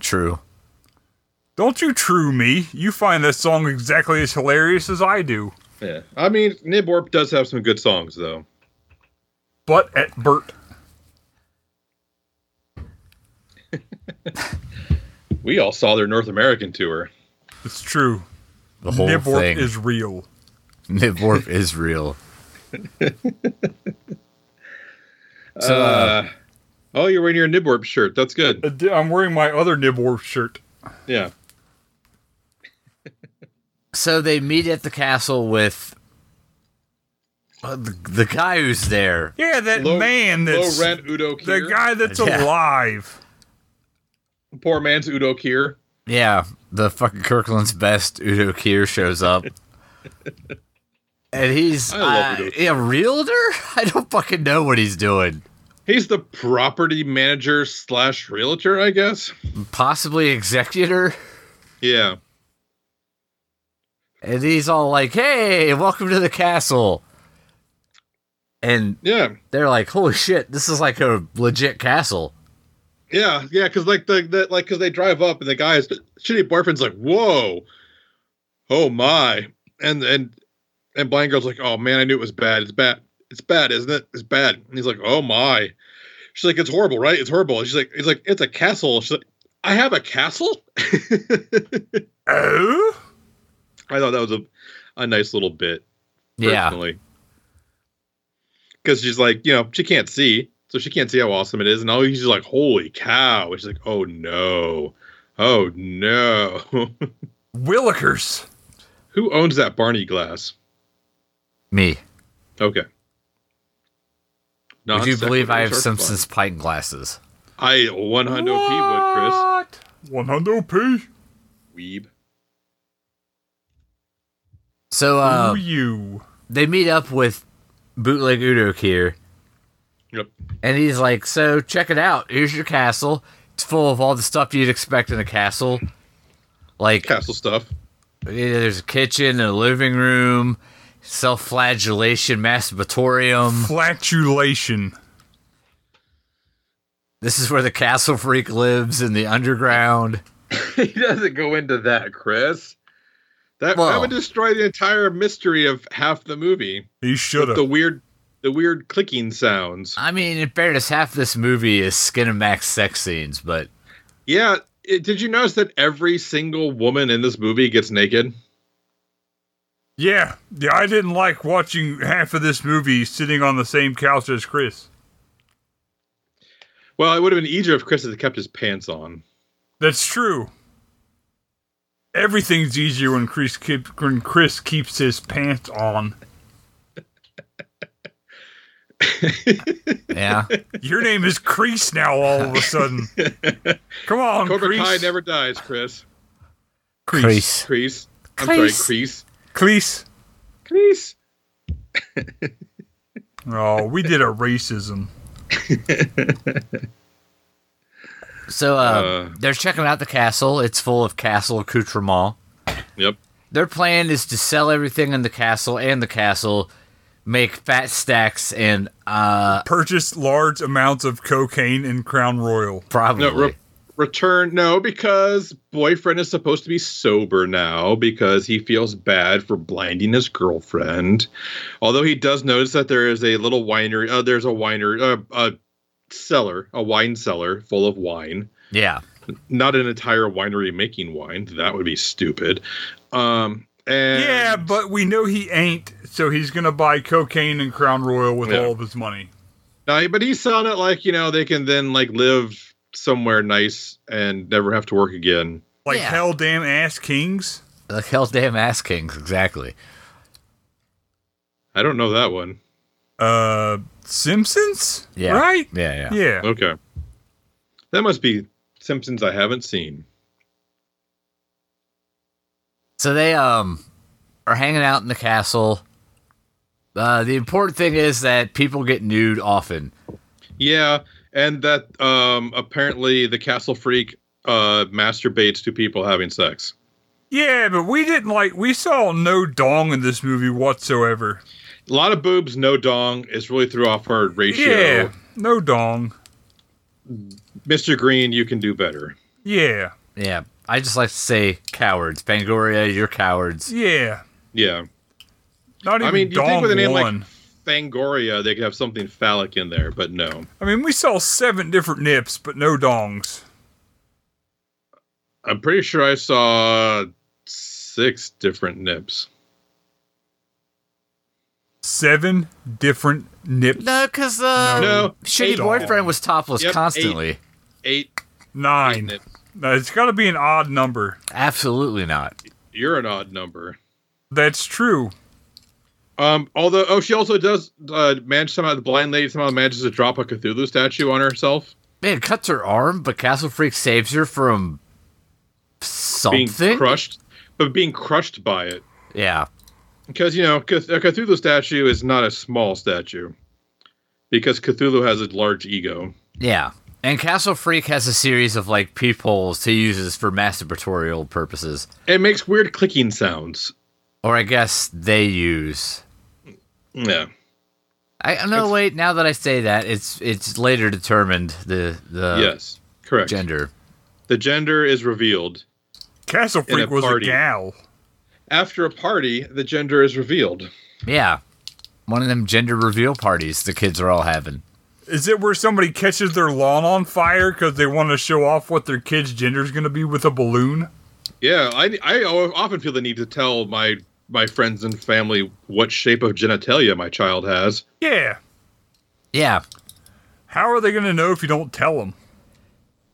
Speaker 1: True.
Speaker 2: Don't you true me? You find that song exactly as hilarious as I do,
Speaker 3: Yeah, I mean Niborp does have some good songs though.
Speaker 2: but at Bert.
Speaker 3: We all saw their North American tour.
Speaker 2: It's true.
Speaker 1: The whole
Speaker 2: Nibwork
Speaker 1: thing.
Speaker 2: is real.
Speaker 1: Nibworp is real. so, uh,
Speaker 3: Uh, oh, you're wearing your Niborp shirt. That's good.
Speaker 2: Uh, d- I'm wearing my other Nibworth shirt.
Speaker 3: Yeah.
Speaker 1: so they meet at the castle with uh, the, the guy who's there.
Speaker 2: Yeah, that man that's
Speaker 3: low rent Udo Kier.
Speaker 2: the guy that's
Speaker 1: Yeah.
Speaker 2: alive.
Speaker 3: Poor man's Udo Kier.
Speaker 1: Yeah, the fucking Kirkland's best Udo Kier shows up. And he's
Speaker 3: I love
Speaker 1: uh,
Speaker 3: Udo
Speaker 1: a realtor? I don't fucking know what he's doing.
Speaker 3: He's the property manager slash realtor, I guess.
Speaker 1: Possibly executor.
Speaker 3: Yeah.
Speaker 1: And he's all like, hey, welcome to the castle. And
Speaker 3: Yeah.
Speaker 1: they're like, holy shit, this is like a legit castle.
Speaker 3: Yeah. Yeah. Cause like the, the like cause they drive up and the guy's shitty boyfriend's like, whoa. Oh my. And and and Blind Girl's like, oh man, I knew it was bad. It's bad. It's bad, isn't it? It's bad. And he's like, oh my. She's like, it's horrible, right? It's horrible. And she's like, it's like, it's a castle. She's like, I have a castle?
Speaker 2: Oh,
Speaker 3: I thought that was a, a nice little bit.
Speaker 1: Yeah.
Speaker 3: personally. Because she's like, you know, she can't see, so she can't see how awesome it is, and all he's just like, "Holy cow!" And she's like, "Oh no, oh no."
Speaker 2: Willikers.
Speaker 3: Who owns that Barney glass?
Speaker 1: Me.
Speaker 3: Okay.
Speaker 1: Would you
Speaker 3: Non-sequitur
Speaker 1: believe I have
Speaker 3: short
Speaker 1: Simpsons pint glasses?
Speaker 3: fun. I 100 P would, Chris.
Speaker 2: One hundred p.
Speaker 3: Weeb.
Speaker 1: So
Speaker 2: Who
Speaker 1: uh,
Speaker 2: you?
Speaker 1: they meet up with Bootleg Udok here,
Speaker 3: Yep.
Speaker 1: and he's like, "So check it out. Here's your castle. It's full of all the stuff you'd expect in a castle. Like
Speaker 3: Castle stuff.
Speaker 1: Yeah, there's a kitchen, a living room, self flagellation, masturbatorium.
Speaker 2: Flatulation.
Speaker 1: This is where the castle freak lives in the underground.
Speaker 3: he doesn't go into that, Chris. That, that
Speaker 1: Well-
Speaker 3: would destroy the entire mystery of half the movie.
Speaker 2: He should
Speaker 3: The
Speaker 2: have.
Speaker 3: weird, the weird clicking sounds.
Speaker 1: I mean, in fairness, half this movie is Skinamax sex scenes, but
Speaker 3: Yeah. It, did you notice that every single woman in this movie gets naked?
Speaker 2: Yeah, yeah. I didn't like watching half of this movie sitting on the same couch as Chris.
Speaker 3: Well, it would have been easier if Chris had kept his pants on.
Speaker 2: That's true. Everything's easier when Chris keep, when Chris keeps his pants on.
Speaker 1: yeah.
Speaker 2: Your name is Crease now. All of a sudden, come on,
Speaker 3: Cobra Kai
Speaker 2: Crease.
Speaker 3: never dies, Chris.
Speaker 2: Crease.
Speaker 3: Crease. I'm
Speaker 1: Crease.
Speaker 3: sorry, Crease.
Speaker 2: Crease.
Speaker 3: Crease.
Speaker 2: Oh, we did a racism.
Speaker 1: So uh,
Speaker 3: Uh.
Speaker 1: they're checking out the castle. It's full of castle accoutrements.
Speaker 3: Yep.
Speaker 1: Their plan is to sell everything in the castle and the castle, make fat stacks, and uh,
Speaker 2: Purchased large amounts of cocaine in Crown Royal.
Speaker 1: probably.
Speaker 3: No, re- return. No, because boyfriend is supposed to be sober now because he feels bad for blinding his girlfriend. Although he does notice that there is a little winery. Uh, there's a winery, uh, a cellar, a wine cellar full of wine.
Speaker 1: yeah.
Speaker 3: Not an entire winery making wine. That would be stupid. Um, and
Speaker 2: Yeah, but we know he ain't, so he's gonna buy cocaine in Crown Royal with
Speaker 3: Yeah.
Speaker 2: all of his money.
Speaker 3: No, but he's selling it like you know they can then like live somewhere nice and never have to work again.
Speaker 2: Like
Speaker 1: Yeah.
Speaker 2: hell, damn ass kings.
Speaker 1: The hell's damn ass kings, exactly.
Speaker 3: I don't know that one.
Speaker 2: Uh, Simpsons.
Speaker 1: Yeah.
Speaker 2: Right.
Speaker 1: Yeah, yeah.
Speaker 2: Yeah.
Speaker 3: Okay, that must be Simpsons I haven't seen.
Speaker 1: So they um are hanging out in the castle. Uh, the important thing is that people get nude often.
Speaker 3: Yeah, and that um apparently the Castle Freak uh masturbates to people having sex.
Speaker 2: Yeah, but we didn't like. We saw no dong in this movie whatsoever.
Speaker 3: A lot of boobs, no dong. It's really threw off our ratio.
Speaker 2: Yeah. No dong.
Speaker 3: Mr. Green, you can do better.
Speaker 2: Yeah.
Speaker 1: Yeah, I just like to say cowards. Pangoria, you're cowards.
Speaker 2: Yeah.
Speaker 3: Yeah,
Speaker 2: Not even
Speaker 3: I mean, you
Speaker 2: dong
Speaker 3: think with a name
Speaker 2: one.
Speaker 3: like Fangoria, they could have something phallic in there, but no.
Speaker 2: I mean, we saw seven different nips, but no dongs.
Speaker 3: I'm pretty sure I saw six different nips.
Speaker 2: Seven different nips.
Speaker 1: No, because uh,
Speaker 3: No,
Speaker 1: shitty
Speaker 3: eight.
Speaker 1: boyfriend was topless
Speaker 3: Yep,
Speaker 1: constantly.
Speaker 3: Eight, eight
Speaker 2: Nine.
Speaker 3: nips.
Speaker 2: No, it's got to be an odd number.
Speaker 1: Absolutely not.
Speaker 3: You're an odd number.
Speaker 2: That's true.
Speaker 3: Um, although, oh, she also does uh, manage somehow. The blind lady somehow manages to drop a Cthulhu statue on herself,
Speaker 1: Man, cuts her arm, but Castle Freak saves her from Oh,
Speaker 3: being
Speaker 1: something.
Speaker 3: crushed, but being crushed by it
Speaker 1: Yeah,
Speaker 3: because you know Cth- a Cthulhu statue is not a small statue, because Cthulhu has a large ego.
Speaker 1: yeah. And Castle Freak has a series of like peepholes he uses for masturbatorial purposes,
Speaker 3: It makes weird clicking sounds.
Speaker 1: or I guess they use.
Speaker 3: Yeah,
Speaker 1: I no wait. Now that I say that, it's it's later determined the the
Speaker 3: yes, correct.
Speaker 1: Um, gender.
Speaker 3: The gender is revealed
Speaker 2: Castle
Speaker 3: In a
Speaker 2: Freak was a
Speaker 3: party.
Speaker 2: gal.
Speaker 3: after a party. The gender is revealed.
Speaker 1: Yeah, one of them gender reveal parties the kids are all having.
Speaker 2: Is it where somebody catches their lawn on fire because they want to show off what their kid's gender's going to be with a balloon?
Speaker 3: Yeah, I, I o- often feel the need to tell my my friends and family what shape of genitalia my child has.
Speaker 2: Yeah.
Speaker 1: Yeah,
Speaker 2: How are they going to know if you don't tell them?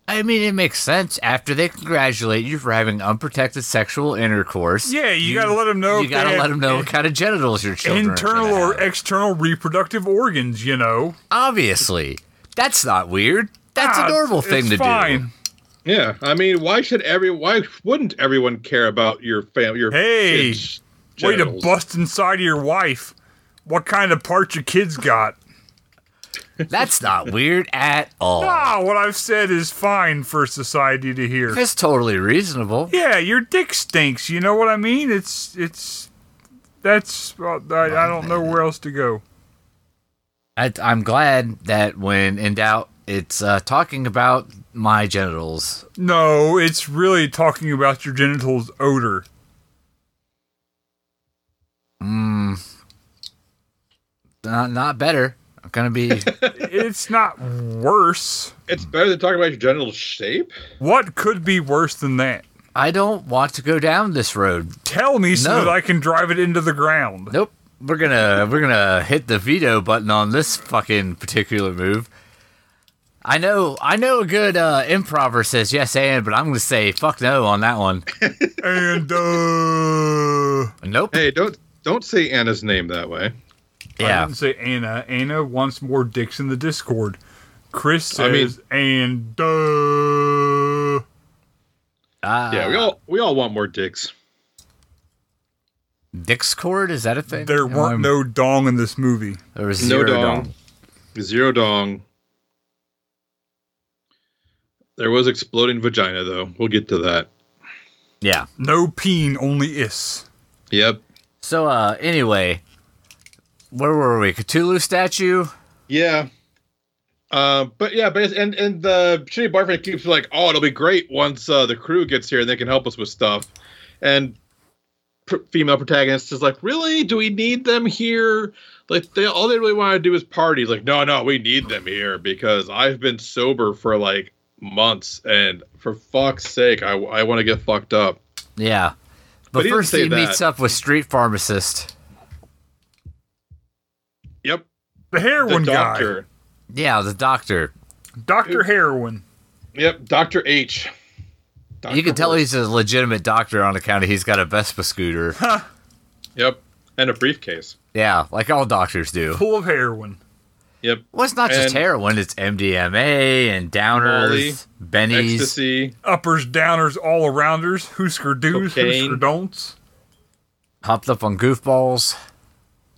Speaker 1: I mean, it makes sense after they congratulate you for having unprotected sexual intercourse.
Speaker 2: Yeah, you gotta let 'em know
Speaker 1: You
Speaker 2: if
Speaker 1: gotta
Speaker 2: they
Speaker 1: let
Speaker 2: have-
Speaker 1: them know what kind of genitals your children are
Speaker 2: Internal
Speaker 1: gonna
Speaker 2: or
Speaker 1: have.
Speaker 2: external reproductive organs, you know.
Speaker 1: obviously, that's not weird. That's
Speaker 2: Ah,
Speaker 1: a normal
Speaker 2: it's
Speaker 1: thing to do.
Speaker 2: fine.
Speaker 3: Yeah, I mean, why should every why wouldn't everyone care about your family? Your
Speaker 2: Hey,
Speaker 3: kids'
Speaker 2: Way to
Speaker 3: genitals?
Speaker 2: bust inside of your wife. What kind of parts your kids got?
Speaker 1: That's not weird at all.
Speaker 2: Ah, what I've said is fine for society to hear.
Speaker 1: That's totally reasonable.
Speaker 2: Yeah, your dick stinks. You know what I mean? It's it's that's well, I, I don't know where else to go.
Speaker 1: I, I'm glad that when in doubt, it's uh, talking about my genitals.
Speaker 2: No, it's really talking about your genitals odor.
Speaker 1: Not, not better. I'm gonna be.
Speaker 2: It's not worse.
Speaker 3: It's better than talking about your genital shape.
Speaker 2: What could be worse than that?
Speaker 1: I don't want to go down this road.
Speaker 2: Tell me so
Speaker 1: No.
Speaker 2: that I can drive it into the ground.
Speaker 1: Nope. We're gonna we're gonna hit the veto button on this fucking particular move. I know I know a good uh, improver says yes and, but I'm gonna say fuck no on that one.
Speaker 2: And uh,
Speaker 1: Nope.
Speaker 3: Hey, don't don't say Anna's name that way.
Speaker 2: I
Speaker 1: yeah.
Speaker 2: didn't say Anna. Anna wants more dicks in the Discord. Chris
Speaker 3: I mean-
Speaker 2: says and uh,
Speaker 1: Uh,
Speaker 3: yeah, we all we all want more dicks.
Speaker 1: Discord is that a thing?
Speaker 2: there
Speaker 1: Am
Speaker 2: weren't
Speaker 1: I-
Speaker 2: no dong in this movie.
Speaker 1: There was
Speaker 3: No
Speaker 1: zero
Speaker 3: dong.
Speaker 1: dong.
Speaker 3: Zero dong. There was exploding vagina though. We'll get to that.
Speaker 1: Yeah.
Speaker 2: No peen, only is.
Speaker 3: Yep.
Speaker 1: So uh, anyway, where were we? Cthulhu statue.
Speaker 3: Yeah. Uh, but yeah, but it's, and and the shitty boyfriend keeps like, oh, it'll be great once uh, the crew gets here and they can help us with stuff. And pr- female protagonist is like, really? Do we need them here? Like they all they really want to do is party. Like, no, no, we need them here because I've been sober for like months, and for fuck's sake, I I want to get fucked up.
Speaker 1: Yeah.
Speaker 3: But
Speaker 1: But,
Speaker 3: he didn't
Speaker 1: first
Speaker 3: say
Speaker 1: he
Speaker 3: that.
Speaker 1: meets up with street pharmacist.
Speaker 3: Yep.
Speaker 2: The heroin
Speaker 3: the
Speaker 2: guy.
Speaker 3: doctor.
Speaker 1: Yeah, the doctor.
Speaker 2: Dr. Heroin.
Speaker 3: Yep, Doctor H.
Speaker 1: you
Speaker 3: Dr.
Speaker 1: can tell
Speaker 3: Horse.
Speaker 1: he's a legitimate doctor on account of he's got a Vespa scooter.
Speaker 3: Yep, and a briefcase.
Speaker 1: Yeah, like all doctors do.
Speaker 2: Full of heroin.
Speaker 3: Yep,
Speaker 1: Well, it's not just
Speaker 3: And-
Speaker 1: heroin, it's MDMA and
Speaker 3: Molly,
Speaker 1: downers, bennies.
Speaker 3: ecstasy.
Speaker 2: Uppers, downers, all arounders, Hoosker do's,
Speaker 3: Cocaine.
Speaker 2: Hoosker don'ts.
Speaker 1: Hopped up on goofballs.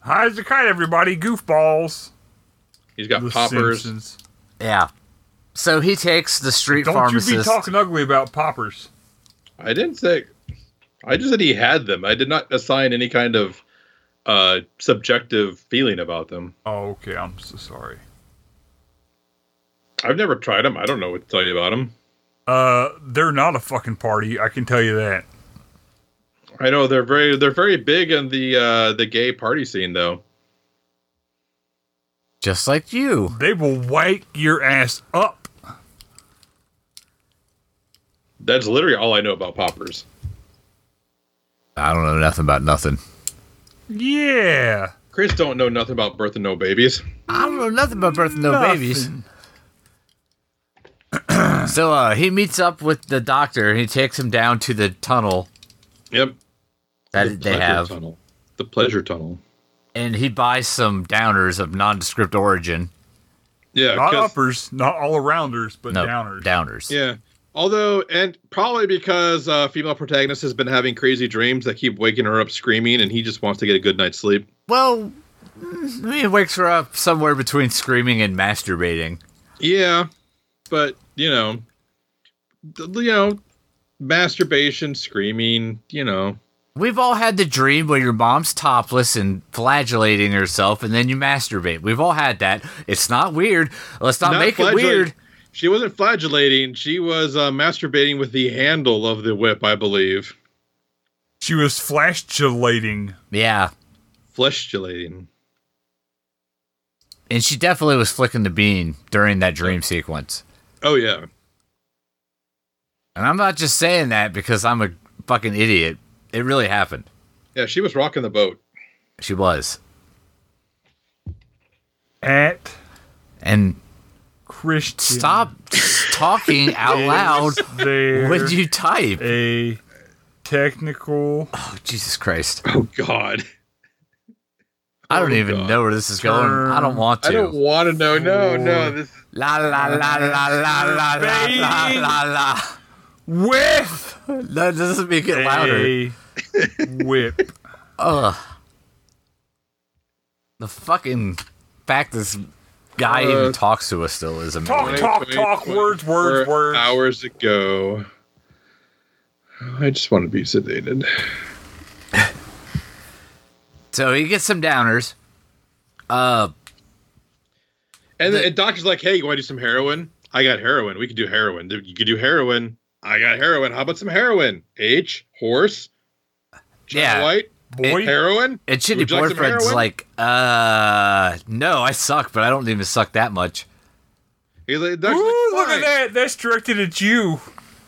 Speaker 2: Highs the kite, everybody. Goofballs.
Speaker 3: He's got
Speaker 2: The
Speaker 3: Uh, poppers.
Speaker 2: Simpsons.
Speaker 1: Yeah. So he takes the street
Speaker 2: Don't
Speaker 1: pharmacist.
Speaker 2: you be talking ugly about poppers.
Speaker 3: I didn't say. I just said he had them. I did not assign any kind of uh, subjective feeling about them.
Speaker 2: Oh, okay. I'm so sorry.
Speaker 3: I've never tried them. I don't know what to tell you about them.
Speaker 2: Uh, they're not a fucking party. I can tell you that.
Speaker 3: I know they're very they're very big in the uh, the gay party scene though.
Speaker 1: just like you.
Speaker 2: They will wake your ass up.
Speaker 3: That's literally all I know about poppers.
Speaker 1: I don't know nothing about nothing.
Speaker 2: Yeah.
Speaker 3: Chris don't know nothing about birth and no babies.
Speaker 1: I don't know nothing about birth and no babies.
Speaker 2: Nothing.
Speaker 1: So uh, he meets up with the doctor and he takes him down to the tunnel
Speaker 3: Yep.
Speaker 1: that they
Speaker 3: The pleasure
Speaker 1: have.
Speaker 3: tunnel. the pleasure tunnel.
Speaker 1: And he buys some downers of nondescript origin.
Speaker 3: Yeah,
Speaker 2: Not
Speaker 3: 'cause-
Speaker 2: uppers, not all arounders, but
Speaker 1: No,
Speaker 2: downers.
Speaker 1: downers.
Speaker 3: Yeah. Although, and probably because uh, female protagonist has been having crazy dreams that keep waking her up screaming, and he just wants to get a good night's sleep.
Speaker 1: Well, mm, he wakes her up somewhere between screaming and masturbating.
Speaker 3: Yeah, but you know, th- you know, masturbation, screaming, you know.
Speaker 1: We've all had the dream where your mom's topless and flagellating herself, and then you masturbate. We've all had that. It's not weird. Let's not, make it
Speaker 3: flagella-
Speaker 1: weird.
Speaker 3: She wasn't flagellating. She was uh, masturbating with the handle of the whip, I believe.
Speaker 2: She was flashulating.
Speaker 1: Yeah,
Speaker 3: Fleshulating.
Speaker 1: and she definitely was flicking the bean during that dream sequence.
Speaker 3: Oh yeah.
Speaker 1: And I'm not just saying that because I'm a fucking idiot. It really happened.
Speaker 3: Yeah, she was rocking the boat.
Speaker 1: She was.
Speaker 2: At
Speaker 1: And
Speaker 2: Christian.
Speaker 1: stop talking out loud
Speaker 2: There
Speaker 1: when you type.
Speaker 2: a technical
Speaker 1: Oh, Jesus Christ.
Speaker 3: Oh God,
Speaker 1: I don't
Speaker 3: Oh,
Speaker 1: even
Speaker 3: God.
Speaker 1: know where this is going. I don't want to.
Speaker 3: I don't want to know. No, no, this
Speaker 1: La la la la la la la la la la.
Speaker 2: with
Speaker 1: No, it doesn't make it louder.
Speaker 2: a whip.
Speaker 1: Ugh. The fucking fact this guy even
Speaker 3: Uh,
Speaker 1: talks to us still is
Speaker 2: Talk,
Speaker 1: amazing.
Speaker 2: talk, talk. Words, words, words.
Speaker 3: Hours ago, I just want to be sedated.
Speaker 1: So he gets some downers. Uh,
Speaker 3: And the, and doctor's like, "Hey, you want to do some heroin? I got heroin. We could do heroin. Dude, You could do heroin. I got heroin. How about some heroin? H horse. China
Speaker 1: Yeah.
Speaker 3: White
Speaker 2: Boy,
Speaker 3: heroin.
Speaker 1: and Shitty
Speaker 3: Would you like some
Speaker 1: Boyfriend's
Speaker 3: heroin?
Speaker 1: like, uh, no, I suck, but I don't even suck that much.
Speaker 3: He's like,
Speaker 2: Ooh,
Speaker 3: doctor's like,
Speaker 2: look
Speaker 3: "Fine.
Speaker 2: at that. That's directed at you.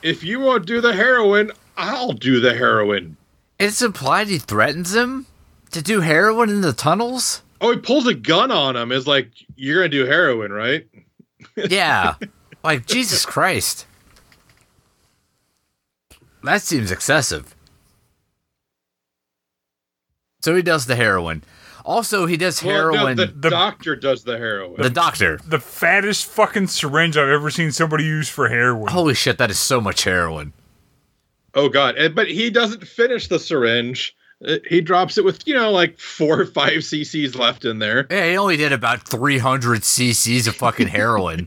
Speaker 3: If you won't do the heroin, I'll do the heroin.
Speaker 1: It's implied he threatens him to do heroin in the tunnels?
Speaker 3: Oh, he pulls a gun on him. Is like, you're gonna do heroin, right?
Speaker 1: Yeah. like, Jesus Christ. That seems excessive. So he does the heroin. Also, he does
Speaker 3: Well,
Speaker 1: heroin.
Speaker 3: no,
Speaker 1: the,
Speaker 3: the,
Speaker 2: The-
Speaker 3: doctor does the heroin.
Speaker 1: doctor.
Speaker 2: The fattest fucking syringe I've ever seen somebody use for heroin.
Speaker 1: Holy shit, that is so much heroin.
Speaker 3: oh God! And, but he doesn't finish the syringe. Uh, He drops it with you know like four or five cc's left in there.
Speaker 1: Yeah, he only did about 300 cc's of fucking heroin.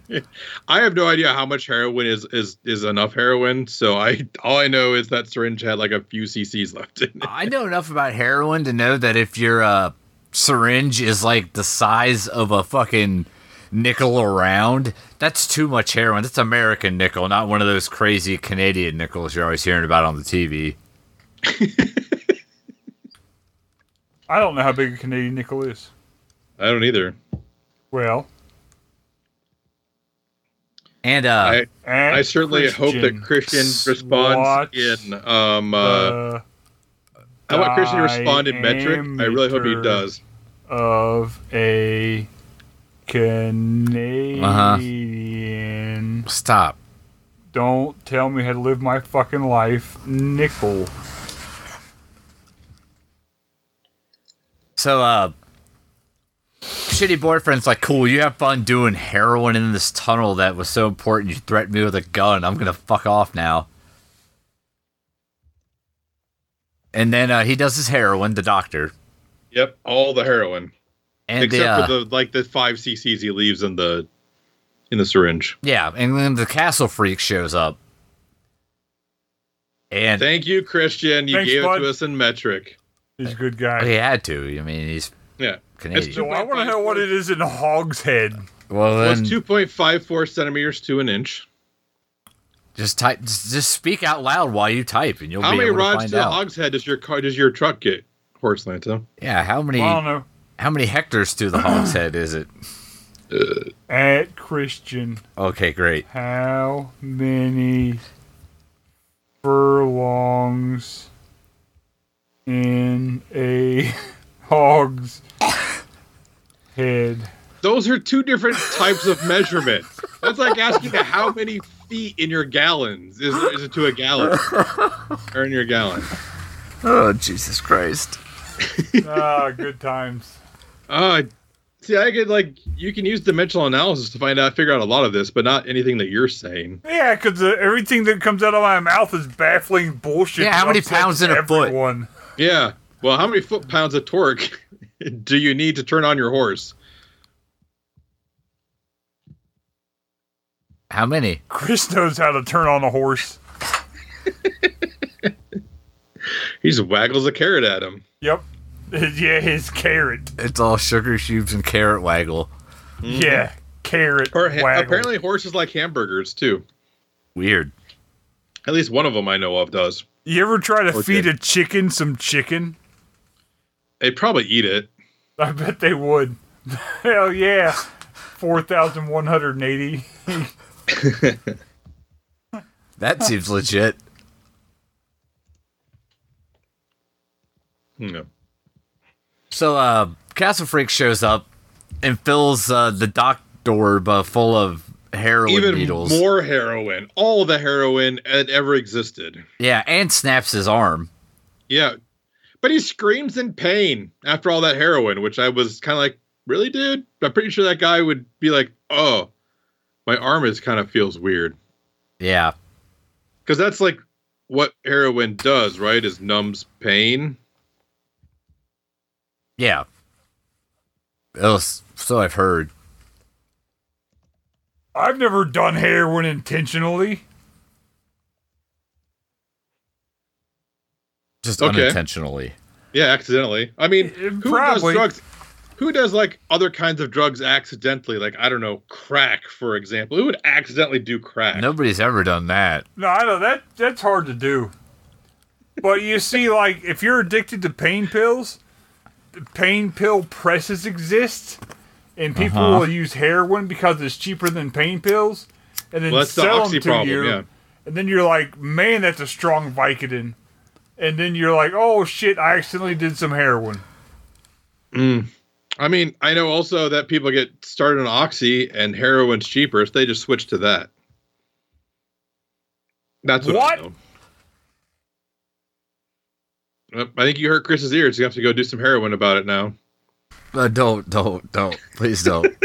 Speaker 3: I have no idea how much heroin is is is enough heroin. So I all I know is that syringe had like a few cc's left in it.
Speaker 1: I know enough about heroin to know that if your uh, syringe is like the size of a fucking nickel around, that's too much heroin. That's American nickel, not one of those crazy Canadian nickels you're always hearing about on the TV.
Speaker 2: I don't know how big a Canadian nickel is.
Speaker 3: I don't either.
Speaker 2: Well,
Speaker 1: And uh,
Speaker 3: I I
Speaker 2: and
Speaker 3: certainly hope that Christian responds
Speaker 2: Watch
Speaker 3: in um uh,
Speaker 2: uh,
Speaker 3: I want Christian to respond in metric. I really hope he
Speaker 2: diameter.
Speaker 3: does.
Speaker 2: of
Speaker 1: Uh-huh.
Speaker 2: a Canadian.
Speaker 1: stop.
Speaker 2: Don't tell me how to live my fucking life, nickel.
Speaker 1: So, uh, shitty boyfriend's like, cool, you have fun doing heroin in this tunnel that was so important. You threatened me with a gun. I'm going to fuck off now. And then uh, he does his heroin, the doctor.
Speaker 3: Yep, all the heroin
Speaker 1: And the,
Speaker 3: except
Speaker 1: uh,
Speaker 3: for the like the five cc's he leaves in the in the syringe.
Speaker 1: yeah, and then the castle freak shows up. And
Speaker 3: Thank you, Christian. You
Speaker 2: Thanks,
Speaker 3: gave
Speaker 2: bud.
Speaker 3: it to us in metric.
Speaker 2: He's a good guy.
Speaker 1: he had to. I mean, he's
Speaker 3: Yeah,
Speaker 1: Canadian.
Speaker 2: So I want to know what it is in Hogshead.
Speaker 1: well.
Speaker 3: Well, it's
Speaker 1: Then
Speaker 3: two point five four centimeters to an inch.
Speaker 1: just type. Just just speak out loud while you type, and you'll
Speaker 3: How
Speaker 1: be
Speaker 3: many
Speaker 1: able to
Speaker 3: rods
Speaker 1: find
Speaker 3: to the
Speaker 1: out.
Speaker 3: hogshead does your car does your truck get, Horse Lanta?
Speaker 1: yeah, how many?
Speaker 2: Well, I don't know.
Speaker 1: How many hectares to the hogshead is it?
Speaker 2: At Christian,
Speaker 1: Okay, great.
Speaker 2: how many furlongs in a hog's head?
Speaker 3: Those are two different types of measurement. That's like asking how many feet in your gallons is, is it to a gallon or in your gallon.
Speaker 1: Oh, Jesus Christ.
Speaker 2: ah, good times.
Speaker 3: Uh, see, I could like you can use dimensional analysis to find out, figure out a lot of this, but not anything that you're saying.
Speaker 2: Yeah, because uh, everything that comes out of my mouth is baffling bullshit.
Speaker 1: Yeah, how
Speaker 2: that
Speaker 1: many
Speaker 2: upsets
Speaker 1: pounds in a foot?
Speaker 2: everyone.
Speaker 3: Yeah. Well, how many foot pounds of torque do you need to turn on your horse?
Speaker 1: How many?
Speaker 2: Chris knows how to turn on a horse.
Speaker 3: He just waggles a carrot at him.
Speaker 2: Yep. yeah, his carrot.
Speaker 1: It's all sugar cubes and carrot waggle.
Speaker 3: Mm-hmm.
Speaker 2: Yeah, carrot.
Speaker 3: Or ha-
Speaker 2: waggle.
Speaker 3: apparently, horses like hamburgers too.
Speaker 1: Weird.
Speaker 3: At least one of them I know of does.
Speaker 2: You ever try to
Speaker 3: Or
Speaker 2: feed
Speaker 3: did.
Speaker 2: a chicken some chicken?
Speaker 3: They probably eat it.
Speaker 2: I bet they would. Hell yeah. 4,180.
Speaker 1: That seems legit.
Speaker 3: No.
Speaker 1: So, uh, Castle Freak shows up and fills uh, the dock door uh, full of heroin
Speaker 3: even
Speaker 1: needles.
Speaker 3: more heroin, all the heroin that ever existed.
Speaker 1: yeah, and snaps his arm.
Speaker 3: Yeah. But he screams in pain after all that heroin, which I was kind of like, really, dude? I'm pretty sure that guy would be like, oh, my arm is kind of feels weird.
Speaker 1: Yeah,
Speaker 3: Because that's like what heroin does, right? Is numbs pain.
Speaker 1: yeah. Else, so I've heard.
Speaker 2: I've never done heroin intentionally.
Speaker 1: Just
Speaker 3: Okay.
Speaker 1: unintentionally.
Speaker 3: Yeah, accidentally. I mean,
Speaker 2: Eh,
Speaker 3: who
Speaker 2: probably.
Speaker 3: does drugs? Who does like other kinds of drugs accidentally? Like, I don't know, crack, for example. Who would accidentally do crack?
Speaker 1: Nobody's ever done that.
Speaker 2: No, I know that that's hard to do. But you see, like if you're addicted to pain pills, the pain pill presses exist, and people
Speaker 1: Uh-huh.
Speaker 2: will use heroin because it's cheaper than pain pills, and then
Speaker 3: Well, that's the
Speaker 2: sell
Speaker 3: oxy
Speaker 2: them to
Speaker 3: problem,
Speaker 2: you.
Speaker 3: yeah.
Speaker 2: And then you're like, man, that's a strong Vicodin. And then you're like, oh shit, I accidentally did some heroin.
Speaker 3: I mean, I know also that people get started on oxy and heroin's cheaper, so they just switch to that. That's what.
Speaker 2: What?
Speaker 3: I, know. Yep, I think you hurt Chris's ears. You have to go do some heroin about it now.
Speaker 1: Uh, don't, don't, don't. Please don't.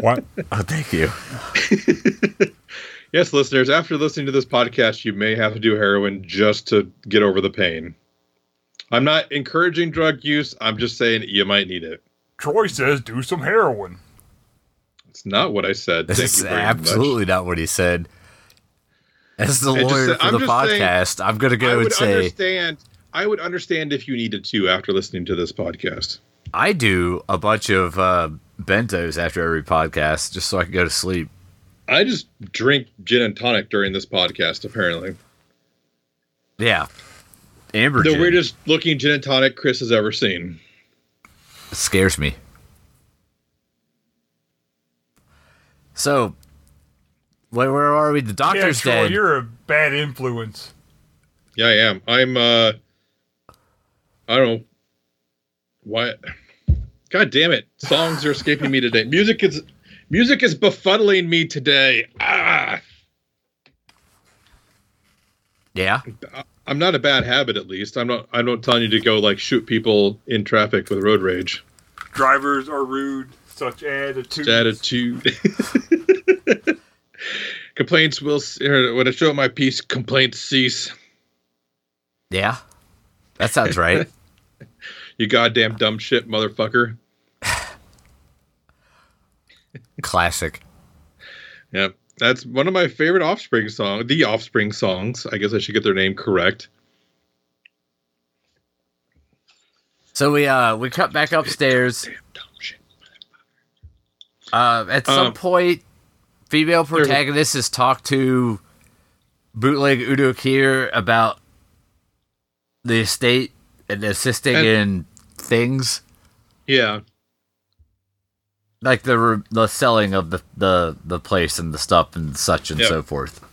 Speaker 2: What?
Speaker 1: oh, thank you.
Speaker 3: Yes, listeners, after listening to this podcast, you may have to do heroin just to get over the pain. I'm not encouraging drug use. I'm just saying you might need it.
Speaker 2: Troy says, do some heroin.
Speaker 3: It's not what I said. Thank
Speaker 1: That's
Speaker 3: you very
Speaker 1: absolutely
Speaker 3: much.
Speaker 1: not what he said. As the
Speaker 3: I just
Speaker 1: lawyer
Speaker 3: said-
Speaker 1: for
Speaker 3: I'm
Speaker 1: the
Speaker 3: just saying-
Speaker 1: podcast, I'm going to
Speaker 3: I
Speaker 1: go and
Speaker 3: would
Speaker 1: say
Speaker 3: understand. I would understand if you needed to after listening to this podcast.
Speaker 1: I do a bunch of uh, bentos after every podcast just so I can go to sleep.
Speaker 3: I just drink gin and tonic during this podcast, apparently.
Speaker 1: Yeah. Amber
Speaker 3: The
Speaker 1: gin
Speaker 3: weirdest looking gin and tonic Chris has ever seen.
Speaker 1: scares me. So, where, where are we? The
Speaker 2: Yeah,
Speaker 1: doctor's
Speaker 2: Troy,
Speaker 1: dead.
Speaker 2: you're a bad influence.
Speaker 3: Yeah, I am. I'm, uh, I don't know. Why? God damn it. Songs are escaping me today. Music is, music is befuddling me today. Ah!
Speaker 1: Yeah.
Speaker 3: I'm not a bad habit, at least. I'm not, I'm not telling you to go like shoot people in traffic with road rage.
Speaker 2: Drivers are rude, such attitudes.
Speaker 3: attitude. complaints will ce- or when I show my piece, complaints cease.
Speaker 1: Yeah. That sounds right.
Speaker 3: You goddamn dumb shit, motherfucker.
Speaker 1: Classic.
Speaker 3: Yep. That's one of my favorite offspring song the offspring songs. I guess I should get their name correct.
Speaker 1: So we uh we cut back upstairs.
Speaker 3: Dumb shit.
Speaker 1: Uh, at some
Speaker 3: Um,
Speaker 1: point, female protagonist has talked to bootleg Udo Kier about the estate and assisting
Speaker 3: And-
Speaker 1: in things
Speaker 3: Yeah.
Speaker 1: like the re- the selling of the, the the place and the stuff and such and
Speaker 3: Yep.
Speaker 1: so forth.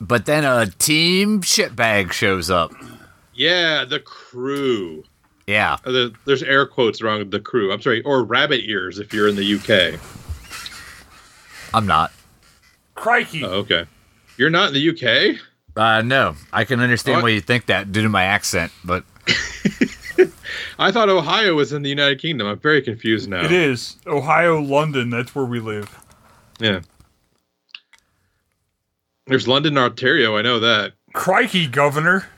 Speaker 1: But then a team shitbag shows up.
Speaker 3: Yeah, the crew.
Speaker 1: Yeah,
Speaker 3: Uh, the- There's air quotes around the crew. I'm sorry, or rabbit ears if you're in the UK.
Speaker 1: I'm not.
Speaker 2: Crikey.
Speaker 3: Oh, okay. You're not in the UK?
Speaker 1: Uh, no, I can understand
Speaker 3: What?
Speaker 1: why you think that due to my accent, but
Speaker 3: I thought Ohio was in the United Kingdom. I'm very confused now.
Speaker 2: It is. Ohio, London, that's where we live.
Speaker 3: Yeah. There's London Ontario. I know that.
Speaker 2: Crikey, Governor.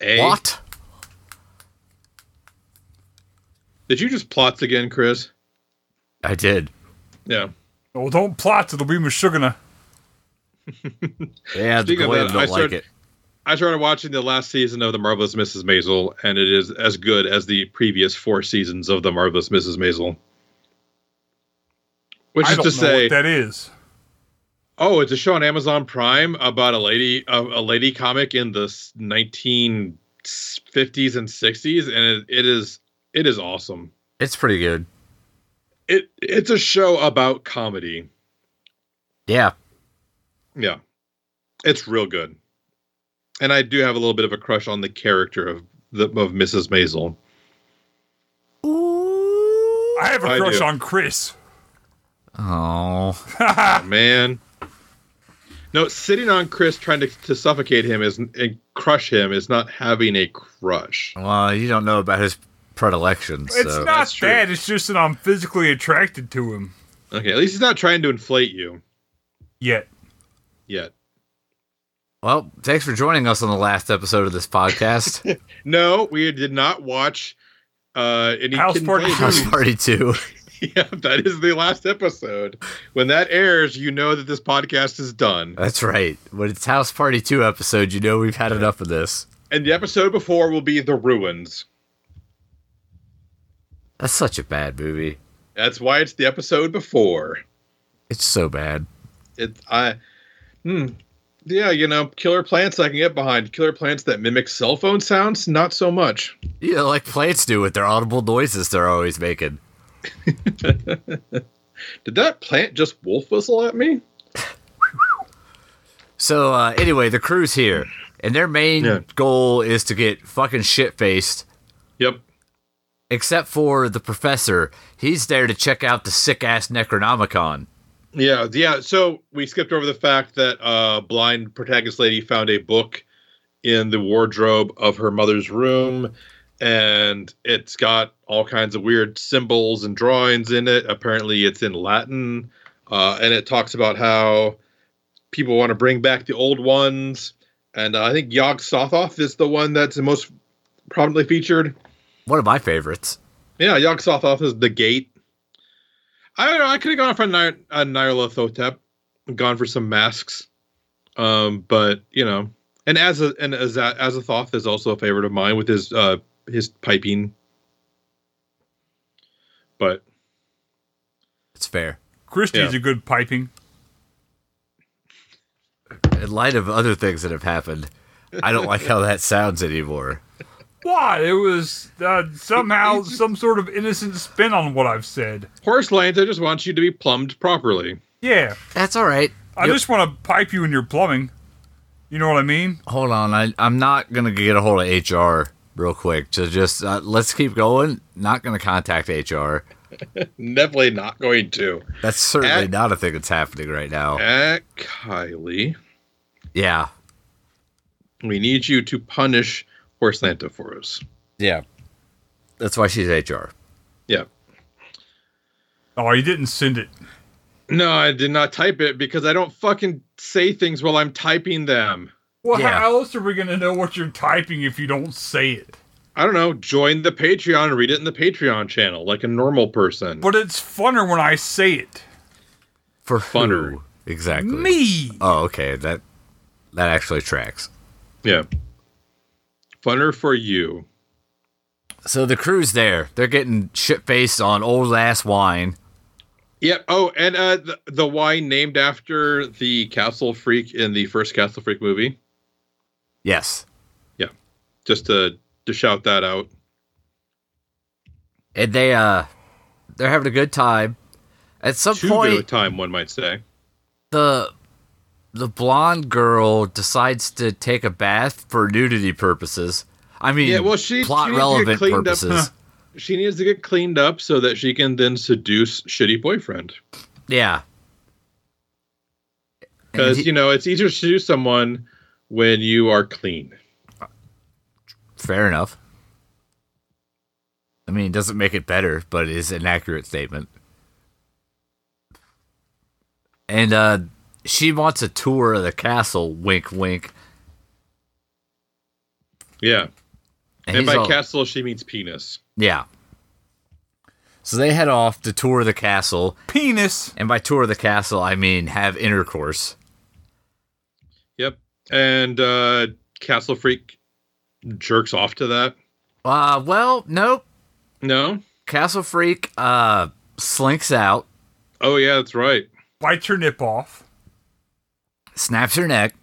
Speaker 3: A.
Speaker 1: what?
Speaker 3: Did you just plots again, Chris?
Speaker 1: I did.
Speaker 3: Yeah.
Speaker 2: Oh, don't plot to the Weema Sugana.
Speaker 1: Yeah, the
Speaker 3: Speaking of
Speaker 1: Goyim
Speaker 3: that,
Speaker 1: don't
Speaker 3: I
Speaker 1: like
Speaker 3: started-
Speaker 1: it.
Speaker 3: I started watching the last season of The Marvelous Mrs. Maisel, and it is as good as the previous four seasons of The Marvelous Mrs. Maisel. Which
Speaker 2: I
Speaker 3: is
Speaker 2: don't
Speaker 3: to
Speaker 2: know
Speaker 3: say,
Speaker 2: what that is.
Speaker 3: oh, it's a show on Amazon Prime about a lady, a, a lady comic in the s- 1950s and 60s, and it, it is it is awesome.
Speaker 1: It's pretty good.
Speaker 3: It it's a show about comedy.
Speaker 1: Yeah.
Speaker 3: Yeah. It's real good. And I do have a little bit of a crush on the character of the of Mrs. Maisel.
Speaker 2: I have a
Speaker 3: I
Speaker 2: crush
Speaker 3: do.
Speaker 2: on Chris.
Speaker 1: Oh,
Speaker 3: Oh, man. No, sitting on Chris trying to, to suffocate him is and crush him is not having a crush.
Speaker 1: well, you don't know about his predilections.
Speaker 2: It's
Speaker 1: so.
Speaker 2: not
Speaker 3: true.
Speaker 2: that. It's just that I'm physically attracted to him.
Speaker 3: Okay, at least he's not trying to inflate you
Speaker 2: Yet.
Speaker 3: yet.
Speaker 1: Well, thanks for joining us on the last episode of this podcast,
Speaker 3: No, we did not watch uh, any
Speaker 2: House
Speaker 3: Kin
Speaker 2: Party
Speaker 3: Blade
Speaker 1: House
Speaker 3: movies.
Speaker 1: Party Two.
Speaker 3: yeah, that is the last episode. When that airs, you know that this podcast is done.
Speaker 1: That's right. When it's House Party Two episode, you know we've had enough of this.
Speaker 3: And the episode before will be The Ruins.
Speaker 1: That's such a bad movie.
Speaker 3: That's why it's the episode before.
Speaker 1: It's so bad.
Speaker 3: It I hmm. Yeah, you know, killer plants I can get behind. Killer plants that mimic cell phone sounds, not so much.
Speaker 1: You know, like plants do with their audible noises they're always making.
Speaker 3: Did that plant just wolf whistle at me?
Speaker 1: So uh, anyway, the crew's here, and their main
Speaker 3: Yeah.
Speaker 1: goal is to get fucking shit faced.
Speaker 3: Yep.
Speaker 1: Except for the professor, he's there to check out the sick ass Necronomicon.
Speaker 3: Yeah, yeah. So we skipped over the fact that uh blind protagonist lady found a book in the wardrobe of her mother's room and it's got all kinds of weird symbols and drawings in it. Apparently it's in Latin. Uh and it talks about how people want to bring back the old ones. And I think Yog Sothoth is the one that's the most prominently featured.
Speaker 1: One of my favorites.
Speaker 3: Yeah, Yog Sothoth is the gate. I don't know. I could have gone for Nyar- uh, Nyarlathotep, gone for some masks, um, but you know, and as a and as a, as a Thoth is also a favorite of mine with his uh, his piping. But
Speaker 1: It's fair.
Speaker 2: Christie's
Speaker 3: Yeah.
Speaker 2: a good piping.
Speaker 1: In light of other things that have happened, I don't like how that sounds anymore.
Speaker 2: Why? It was uh, somehow some sort of innocent spin on what I've said.
Speaker 3: Horace Lanta just wants you to be plumbed properly.
Speaker 2: Yeah.
Speaker 1: That's all right.
Speaker 2: I
Speaker 1: Yep.
Speaker 2: just want to pipe you in your plumbing. You know what I mean?
Speaker 1: Hold on, I, I'm not gonna get a hold of HR real quick. So just uh, let's keep going. Not gonna contact HR.
Speaker 3: Definitely not going to.
Speaker 1: That's certainly
Speaker 3: At-
Speaker 1: not a thing that's happening right now.
Speaker 3: At Kylie,
Speaker 1: yeah,
Speaker 3: we need you to punish Horace Lanta for us.
Speaker 1: yeah. That's why she's HR.
Speaker 3: Yeah.
Speaker 2: Oh, you didn't send it.
Speaker 3: No, I did not type it because I don't fucking say things while I'm typing them.
Speaker 2: Well,
Speaker 1: Yeah.
Speaker 2: how else are we going to know what you're typing if you don't say it?
Speaker 3: I don't know, join the Patreon and read it in the Patreon channel like a normal person.
Speaker 2: But it's funner when I say it.
Speaker 1: For
Speaker 3: Funner.
Speaker 1: who exactly?
Speaker 2: Me.
Speaker 1: Oh, okay. That that actually tracks.
Speaker 3: Yeah. Funner for you.
Speaker 1: So the crew's there. They're getting shit faced on old ass wine.
Speaker 3: Yep. Oh, and uh, the, the wine named after the Castle Freak in the first Castle Freak movie.
Speaker 1: Yes,
Speaker 3: Just to to shout that out.
Speaker 1: and they uh, they're having a good time. At some
Speaker 3: Too
Speaker 1: point,
Speaker 3: good a time, one might say.
Speaker 1: the the blonde girl decides to take a bath for nudity purposes. I mean,
Speaker 3: Yeah, well, she-
Speaker 1: plot
Speaker 3: she needs to get
Speaker 1: relevant
Speaker 3: cleaned up.
Speaker 1: purposes.
Speaker 3: She needs to get cleaned up so that she can then seduce shitty boyfriend.
Speaker 1: Yeah, And
Speaker 3: Because
Speaker 1: he-
Speaker 3: you know it's easier to seduce someone when you are clean.
Speaker 1: fair enough. I mean, it doesn't make it better, but it is an accurate statement. And uh, she wants a tour of the castle. Wink, wink.
Speaker 3: Yeah. And
Speaker 1: he's
Speaker 3: by
Speaker 1: all-
Speaker 3: castle, she means penis.
Speaker 1: yeah. So they head off to tour the castle,
Speaker 2: Penis.
Speaker 1: and by tour the castle, I mean have intercourse.
Speaker 3: Yep. And uh, Castle Freak jerks off to that.
Speaker 1: Uh, well, nope.
Speaker 3: No.
Speaker 1: Castle Freak uh slinks out,
Speaker 3: Oh yeah, that's right.
Speaker 2: Bite your nip off.
Speaker 1: snaps her neck,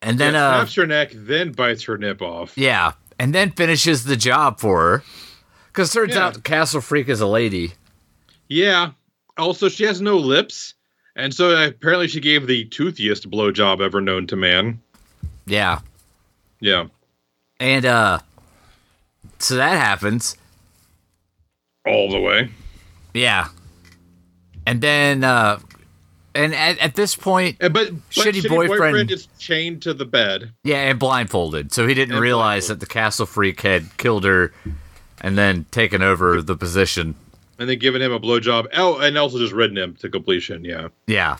Speaker 1: and then
Speaker 3: yeah,
Speaker 1: uh
Speaker 3: snaps her neck, then bites her nip off.
Speaker 1: yeah, and then finishes the job for her. Because turns
Speaker 3: Yeah.
Speaker 1: out Castle Freak is a lady.
Speaker 3: Yeah. Also, she has no lips, and so apparently she gave the toothiest blowjob ever known to man.
Speaker 1: Yeah,
Speaker 3: Yeah.
Speaker 1: and uh, so that happens.
Speaker 3: All the way.
Speaker 1: Yeah, And then, uh, and at, at this point,
Speaker 3: And- But, but
Speaker 1: Shitty boyfriend-
Speaker 3: is chained to the bed.
Speaker 1: yeah, and blindfolded, so he didn't
Speaker 3: And
Speaker 1: realize that the castle freak had killed her, and then taken over the position.
Speaker 3: and then giving him a blowjob. Oh, and also just ridden him to completion. Yeah.
Speaker 1: Yeah,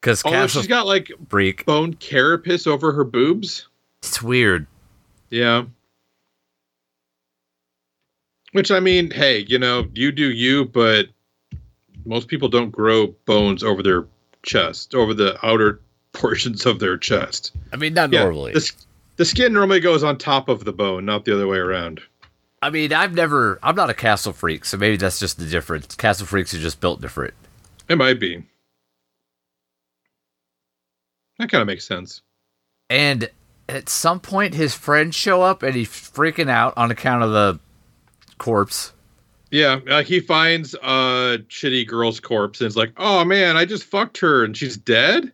Speaker 1: because
Speaker 3: Although
Speaker 1: castle
Speaker 3: she's got like
Speaker 1: freak,
Speaker 3: bone carapace over her boobs.
Speaker 1: it's weird.
Speaker 3: Yeah. Which I mean, hey, you know, you do you, but most people don't grow bones over their chest, over the outer portions of their chest.
Speaker 1: I mean, not
Speaker 3: Yeah,
Speaker 1: normally.
Speaker 3: The, s- the skin normally goes on top of the bone, not the other way around.
Speaker 1: I mean, I've never, I'm not a castle freak, so maybe that's just the difference. Castle freaks are just built different.
Speaker 3: It might be. That kind of makes sense.
Speaker 1: And at some point, his friends show up and he's freaking out on account of the corpse.
Speaker 3: Yeah, uh, he finds a shitty girl's corpse and is like, "Oh man, I just fucked her and she's dead."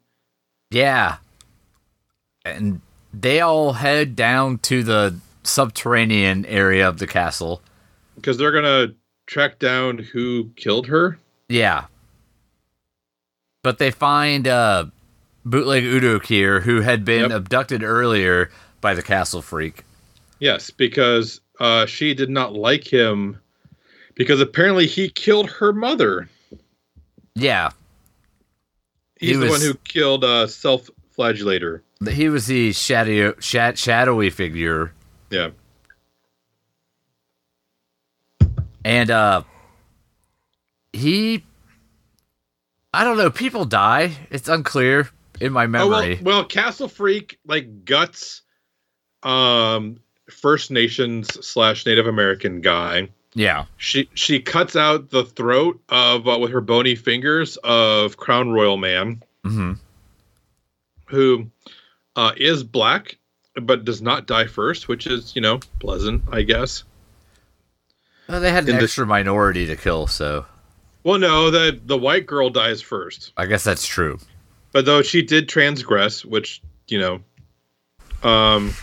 Speaker 1: Yeah. And they all head down to the subterranean area of the castle.
Speaker 3: Because they're gonna track down who killed her.
Speaker 1: Yeah. But they find uh, bootleg Uduk here, who had been
Speaker 3: Yep.
Speaker 1: abducted earlier by the castle freak.
Speaker 3: Yes, because uh, she did not like him. Because apparently he killed her mother.
Speaker 1: Yeah. He
Speaker 3: He's the one
Speaker 1: was-
Speaker 3: who killed uh, self-flagellator.
Speaker 1: Th- He was the shadow, sha- shadowy figure,
Speaker 3: Yeah,
Speaker 1: and uh, he, I don't know. People die. It's unclear in my
Speaker 3: Oh, well,
Speaker 1: memory.
Speaker 3: well, Castle Freak like guts, um, First Nations slash Native American guy.
Speaker 1: yeah,
Speaker 3: She she cuts out the throat of uh, with her bony fingers of Crown Royal Man,
Speaker 1: hmm
Speaker 3: who uh, is black but does not die first, which is you know pleasant, I guess.
Speaker 1: well, they had an
Speaker 3: In the-
Speaker 1: extra minority to kill, so
Speaker 3: Well, no, the the white girl dies first,
Speaker 1: I guess that's true.
Speaker 3: but though she did transgress, which you know, um.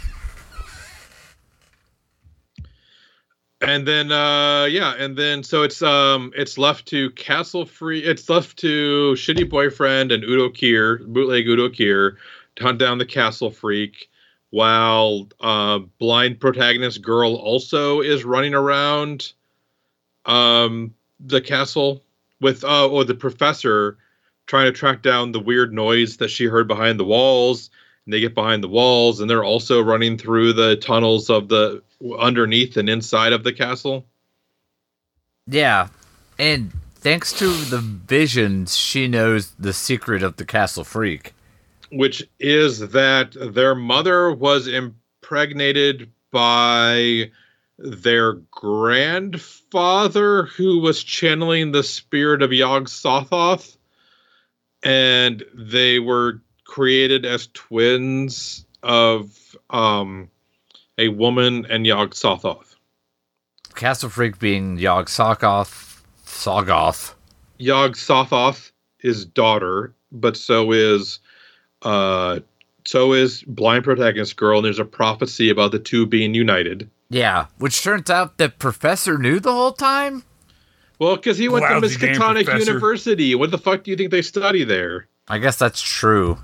Speaker 3: And then, uh, yeah, and then so it's um it's left to Castle Free. It's left to Shitty Boyfriend and Udo Kier, bootleg Udo Kier, to hunt down the Castle Freak, while uh, blind protagonist girl also is running around, um, the castle with uh or the professor, trying to track down the weird noise that she heard behind the walls. And they get behind the walls, and they're also running through the tunnels of the underneath and inside of the castle.
Speaker 1: Yeah, and thanks to the visions, she knows the secret of the castle freak.
Speaker 3: which is that their mother was impregnated by their grandfather who was channeling the spirit of Yog Sothoth and they were created as twins of um a woman and Yog Sothoth.
Speaker 1: Castle freak being Yog Sokoth, Sogoth.
Speaker 3: Yog Sothoth is daughter, but so is uh so is blind protagonist girl, and there's a prophecy about the two being united.
Speaker 1: Yeah, which turns out that Professor knew the whole time.
Speaker 3: Well, because he went
Speaker 2: Lousy
Speaker 3: to
Speaker 2: damn
Speaker 3: Miskatonic
Speaker 2: professor.
Speaker 3: University. What the fuck do you think they study there?
Speaker 1: I guess that's true.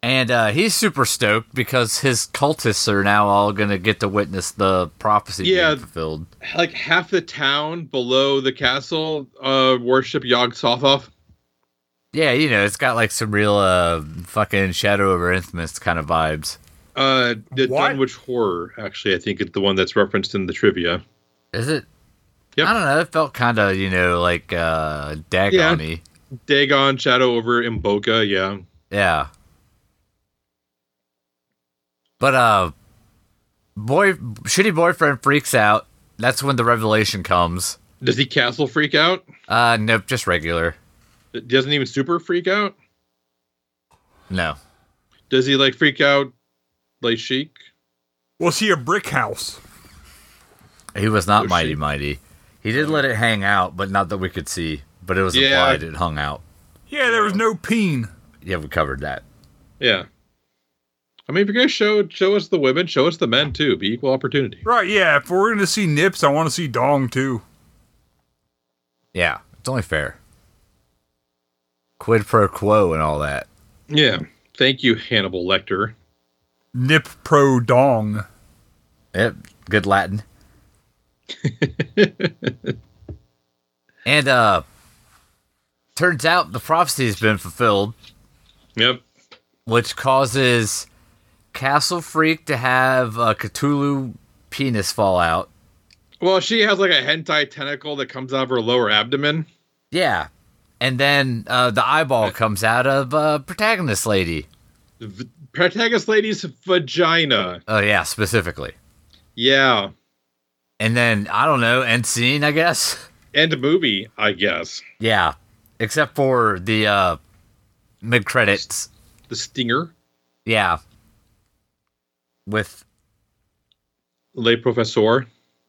Speaker 1: And uh, he's super stoked because his cultists are now all going to get to witness the prophecy
Speaker 3: Yeah.
Speaker 1: being fulfilled.
Speaker 3: Like half the town below the castle uh, worship Yog Sothoth.
Speaker 1: Yeah, you know, it's got like some real uh, fucking Shadow over Infamous kind of vibes.
Speaker 3: Uh, the
Speaker 2: What?
Speaker 3: Dunwich Horror, actually, I think is the one that's referenced in the trivia.
Speaker 1: Is it?
Speaker 3: Yep.
Speaker 1: I don't know. It felt kind of, you know, like uh, Dagon y.
Speaker 3: Dagon, Shadow over Imboka, yeah.
Speaker 1: Yeah. But uh boy shitty boyfriend freaks out. That's when the revelation comes.
Speaker 3: Does he castle freak out?
Speaker 1: Uh nope, just regular.
Speaker 3: Doesn't even super freak out?
Speaker 1: No.
Speaker 3: Does he like freak out like Sheik?
Speaker 2: Well, see a brick house.
Speaker 1: He was not
Speaker 3: Oh,
Speaker 1: mighty
Speaker 3: shit.
Speaker 1: mighty. He did let it hang out, but not that we could see. But it was
Speaker 3: Yeah.
Speaker 1: implied it hung out.
Speaker 2: Yeah, there was no peen.
Speaker 1: Yeah, we covered that.
Speaker 3: Yeah. I mean, if you're gonna show show us the women, show us the men too. Be equal opportunity.
Speaker 2: Right, yeah. If we're going to see nips, I want to see dong too.
Speaker 1: Yeah, it's only fair. Quid pro quo and all that.
Speaker 3: Yeah. Thank you, Hannibal Lecter.
Speaker 2: Nip pro dong.
Speaker 1: Yep, good Latin. and uh turns out the prophecy has been fulfilled,
Speaker 3: Yep.
Speaker 1: which causes Castle Freak to have a Cthulhu penis fallout.
Speaker 3: Well, she has like a hentai tentacle that comes out of her lower abdomen.
Speaker 1: Yeah. And then uh, the eyeball comes out of uh, protagonist lady.
Speaker 3: V- protagonist lady's vagina.
Speaker 1: Oh yeah, specifically.
Speaker 3: Yeah.
Speaker 1: And then I don't know, end scene, I guess.
Speaker 3: End movie, I guess.
Speaker 1: Yeah, except for the uh, mid credits.
Speaker 3: The stinger.
Speaker 1: Yeah, with
Speaker 3: Le Professeur.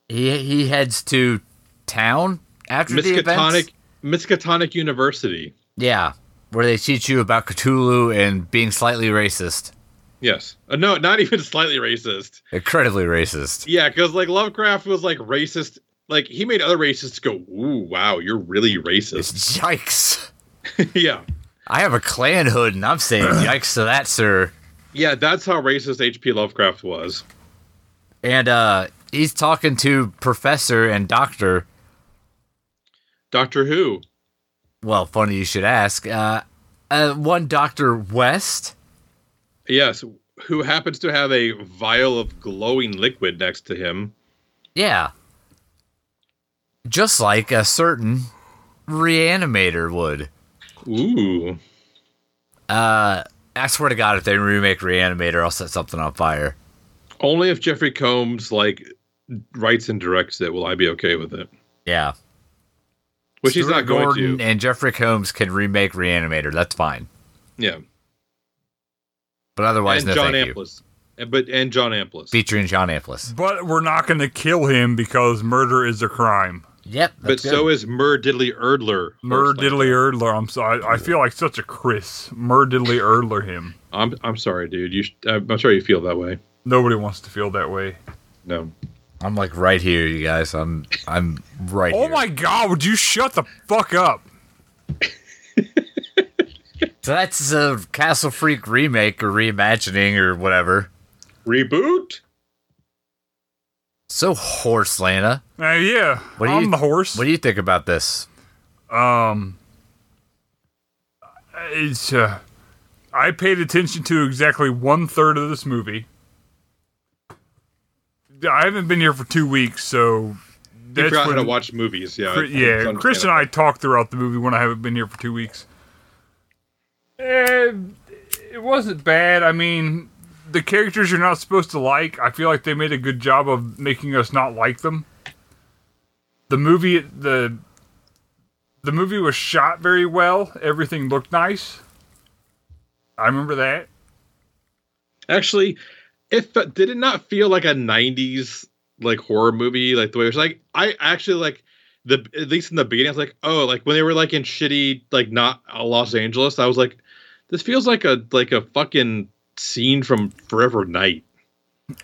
Speaker 1: he he heads to town after the event.
Speaker 3: Miskatonic Miskatonic University.
Speaker 1: Yeah, where they teach you about Cthulhu and being slightly racist,
Speaker 3: Yes. Uh, no, not even slightly racist.
Speaker 1: incredibly racist.
Speaker 3: Yeah, because like Lovecraft was like racist. Like he made other racists go, "Ooh, wow, you're really racist."
Speaker 1: Yikes!
Speaker 3: yeah,
Speaker 1: I have a clan hood, and I'm saying yikes to that, sir.
Speaker 3: yeah, that's how racist H.P. Lovecraft was.
Speaker 1: And uh, he's talking to professor and doctor.
Speaker 3: Doctor Who.
Speaker 1: Well, funny you should ask. Uh, uh, one doctor West.
Speaker 3: Yes, who happens to have a vial of glowing liquid next to him.
Speaker 1: Yeah. Just like a certain reanimator would.
Speaker 3: Ooh.
Speaker 1: Uh I swear to god if they remake Reanimator, I'll set something on fire.
Speaker 3: Only if Jeffrey Combs like writes and directs it will I be okay with it.
Speaker 1: Yeah.
Speaker 3: Which he's
Speaker 1: Stuart
Speaker 3: not going
Speaker 1: Gordon
Speaker 3: to.
Speaker 1: and Jeffrey Combs can remake Reanimator. That's fine.
Speaker 3: Yeah.
Speaker 1: But otherwise,
Speaker 3: and
Speaker 1: no
Speaker 3: John
Speaker 1: thank you.
Speaker 3: Amplis. And- But and John Amplis.
Speaker 1: Featuring John Amplis.
Speaker 2: But we're not going to kill him because murder is a crime.
Speaker 1: Yep.
Speaker 3: but so is Mur Diddley Erdler.
Speaker 2: Mur diddly erdler. I'm sorry. I feel like such a Chris. Mur diddly erdler him.
Speaker 3: I'm I'm sorry, dude. You sh- I'm I'm sorry you feel that way.
Speaker 2: Nobody wants to feel that way.
Speaker 3: No.
Speaker 1: I'm like right here, you guys. I'm I'm right
Speaker 2: Oh
Speaker 1: here.
Speaker 2: my god, would you shut the fuck up?
Speaker 1: So that's a Castle Freak remake or reimagining or whatever.
Speaker 3: Reboot.
Speaker 1: So horse, Lana.
Speaker 2: Uh, yeah,
Speaker 1: What do
Speaker 2: I'm
Speaker 1: you-
Speaker 2: the horse.
Speaker 1: What do you think about this?
Speaker 2: um, it's uh, I paid attention to exactly one third of this movie. I haven't been here for two weeks, so
Speaker 3: You
Speaker 2: that's
Speaker 3: forgot how
Speaker 2: when-
Speaker 3: to watch movies. Yeah.
Speaker 2: Chri- yeah, Chris and I talked throughout the movie when I haven't been here for two weeks. Eh, it wasn't bad. I mean, the characters you're not supposed to like, I feel like they made a good job of making us not like them. The movie, the the movie was shot very well. Everything looked nice. I remember that.
Speaker 3: Actually, it fe- did it not feel like a '90s like horror movie? Like the way it was like I actually like the at least in the beginning, I was like, oh, like when they were like in shitty like not uh, Los Angeles, I was like, this feels like a like a fucking scene from Forever Night.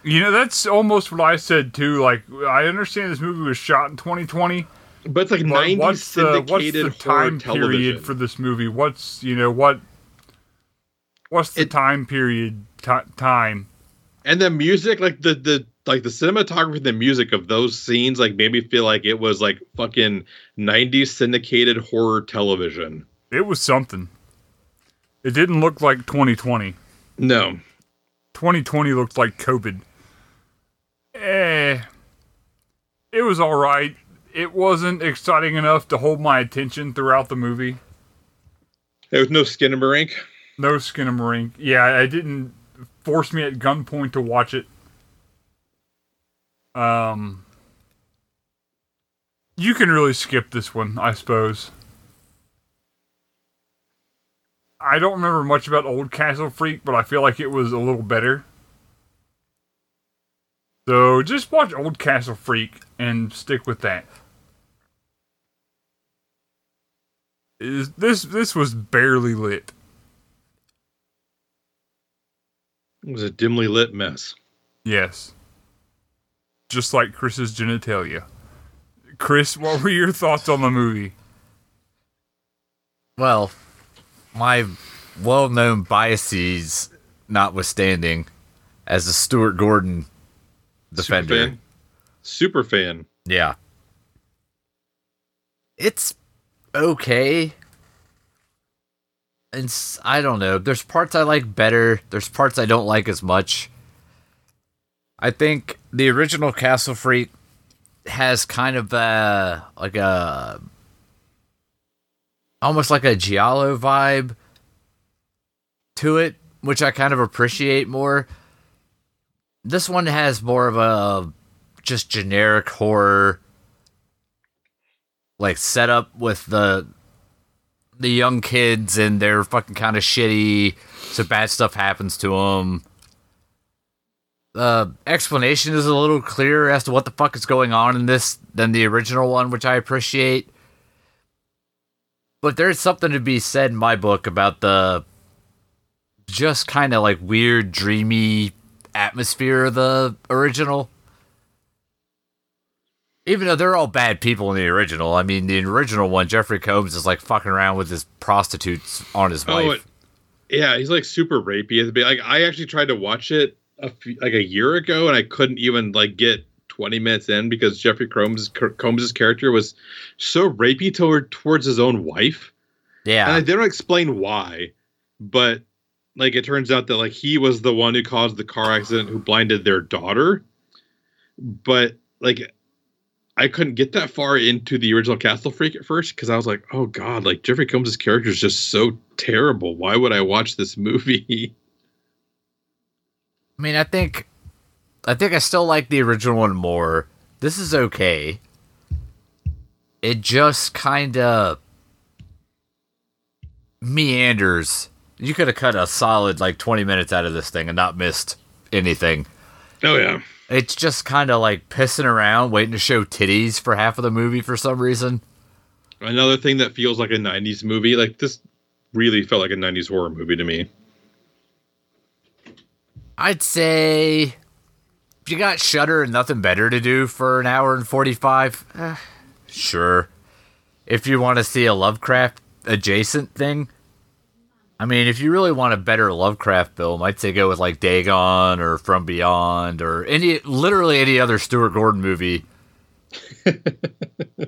Speaker 2: You know, that's almost what I said too. Like, I understand this movie was shot in 2020.
Speaker 3: But it's like
Speaker 2: What-
Speaker 3: '90s
Speaker 2: what's the
Speaker 3: syndicated
Speaker 2: what's the
Speaker 3: horror
Speaker 2: time
Speaker 3: television.
Speaker 2: period for this movie? What's you know what? What's the
Speaker 3: It-
Speaker 2: time period ti time?
Speaker 3: and the music like the the like the cinematography and the music of those scenes like made me feel like it was like fucking 90s syndicated horror television
Speaker 2: It was something. It didn't look like 2020.
Speaker 3: no
Speaker 2: 2020 looked like COVID. Eh, it was all right. It wasn't exciting enough to hold my attention throughout the movie.
Speaker 3: there was no skin in ink
Speaker 2: No skin and marink. Yeah, it didn't force me at gunpoint to watch it. Um, you can really skip this one, I suppose. I don't remember much about Old Castle Freak, but I feel like it was a little better. So just watch Old Castle Freak and stick with that. Is this this was barely lit.
Speaker 3: It was a dimly lit mess.
Speaker 2: Yes. Just like Chris's genitalia. Chris, what were your thoughts on the movie?
Speaker 1: Well, my well known biases notwithstanding, as a Stuart Gordon defender.
Speaker 3: Super fan. Super fan.
Speaker 1: Yeah. It's okay. And s- I don't know. There's parts I like better, there's parts I don't like as much. I think the original Castle Freak has kind of uh like a almost like a giallo vibe to it, which I kind of appreciate more. This one has more of a just generic horror like setup with the the young kids and they're fucking kind of shitty, so bad stuff happens to them. The explanation is a little clearer as to what the fuck is going on in this than the original one, which I appreciate. But there's something to be said in my book about the just kind of like weird, dreamy atmosphere of the original. Even though they're all bad people in the original, I mean, the original one, Jeffrey Combs is like fucking around with his prostitutes on his wife.
Speaker 3: Oh, it, yeah, he's like super rapey at the beginning. Like I actually tried to watch it a few, like a year ago, and I couldn't even like get twenty minutes in because Jeffrey Combs Combs's character was so rapey toward towards his own wife,
Speaker 1: yeah.
Speaker 3: and like, they don't explain why, but like it turns out that like he was the one who caused the car accident who blinded their daughter, but like. I couldn't get that far into the original Castle Freak at first because I was like, "Oh God!" Like Jeffrey Combs' character is just so terrible. Why would I watch this movie?
Speaker 1: I mean, I think, I think I still like the original one more. This is okay. It just kind of meanders. You could have cut a solid like twenty minutes out of this thing and not missed anything.
Speaker 3: Oh yeah.
Speaker 1: It's just kind of like pissing around, waiting to show titties for half of the movie for some reason.
Speaker 3: Another thing that feels like a '90s movie, like this, really felt like a '90s horror movie to me.
Speaker 1: I'd say if you got Shutter and nothing better to do for an hour and forty-five, eh, sure. If you want to see a Lovecraft adjacent thing, I mean, if you really want a better Lovecraft film, I'd say go with like Dagon or From Beyond or any, literally any other Stuart Gordon movie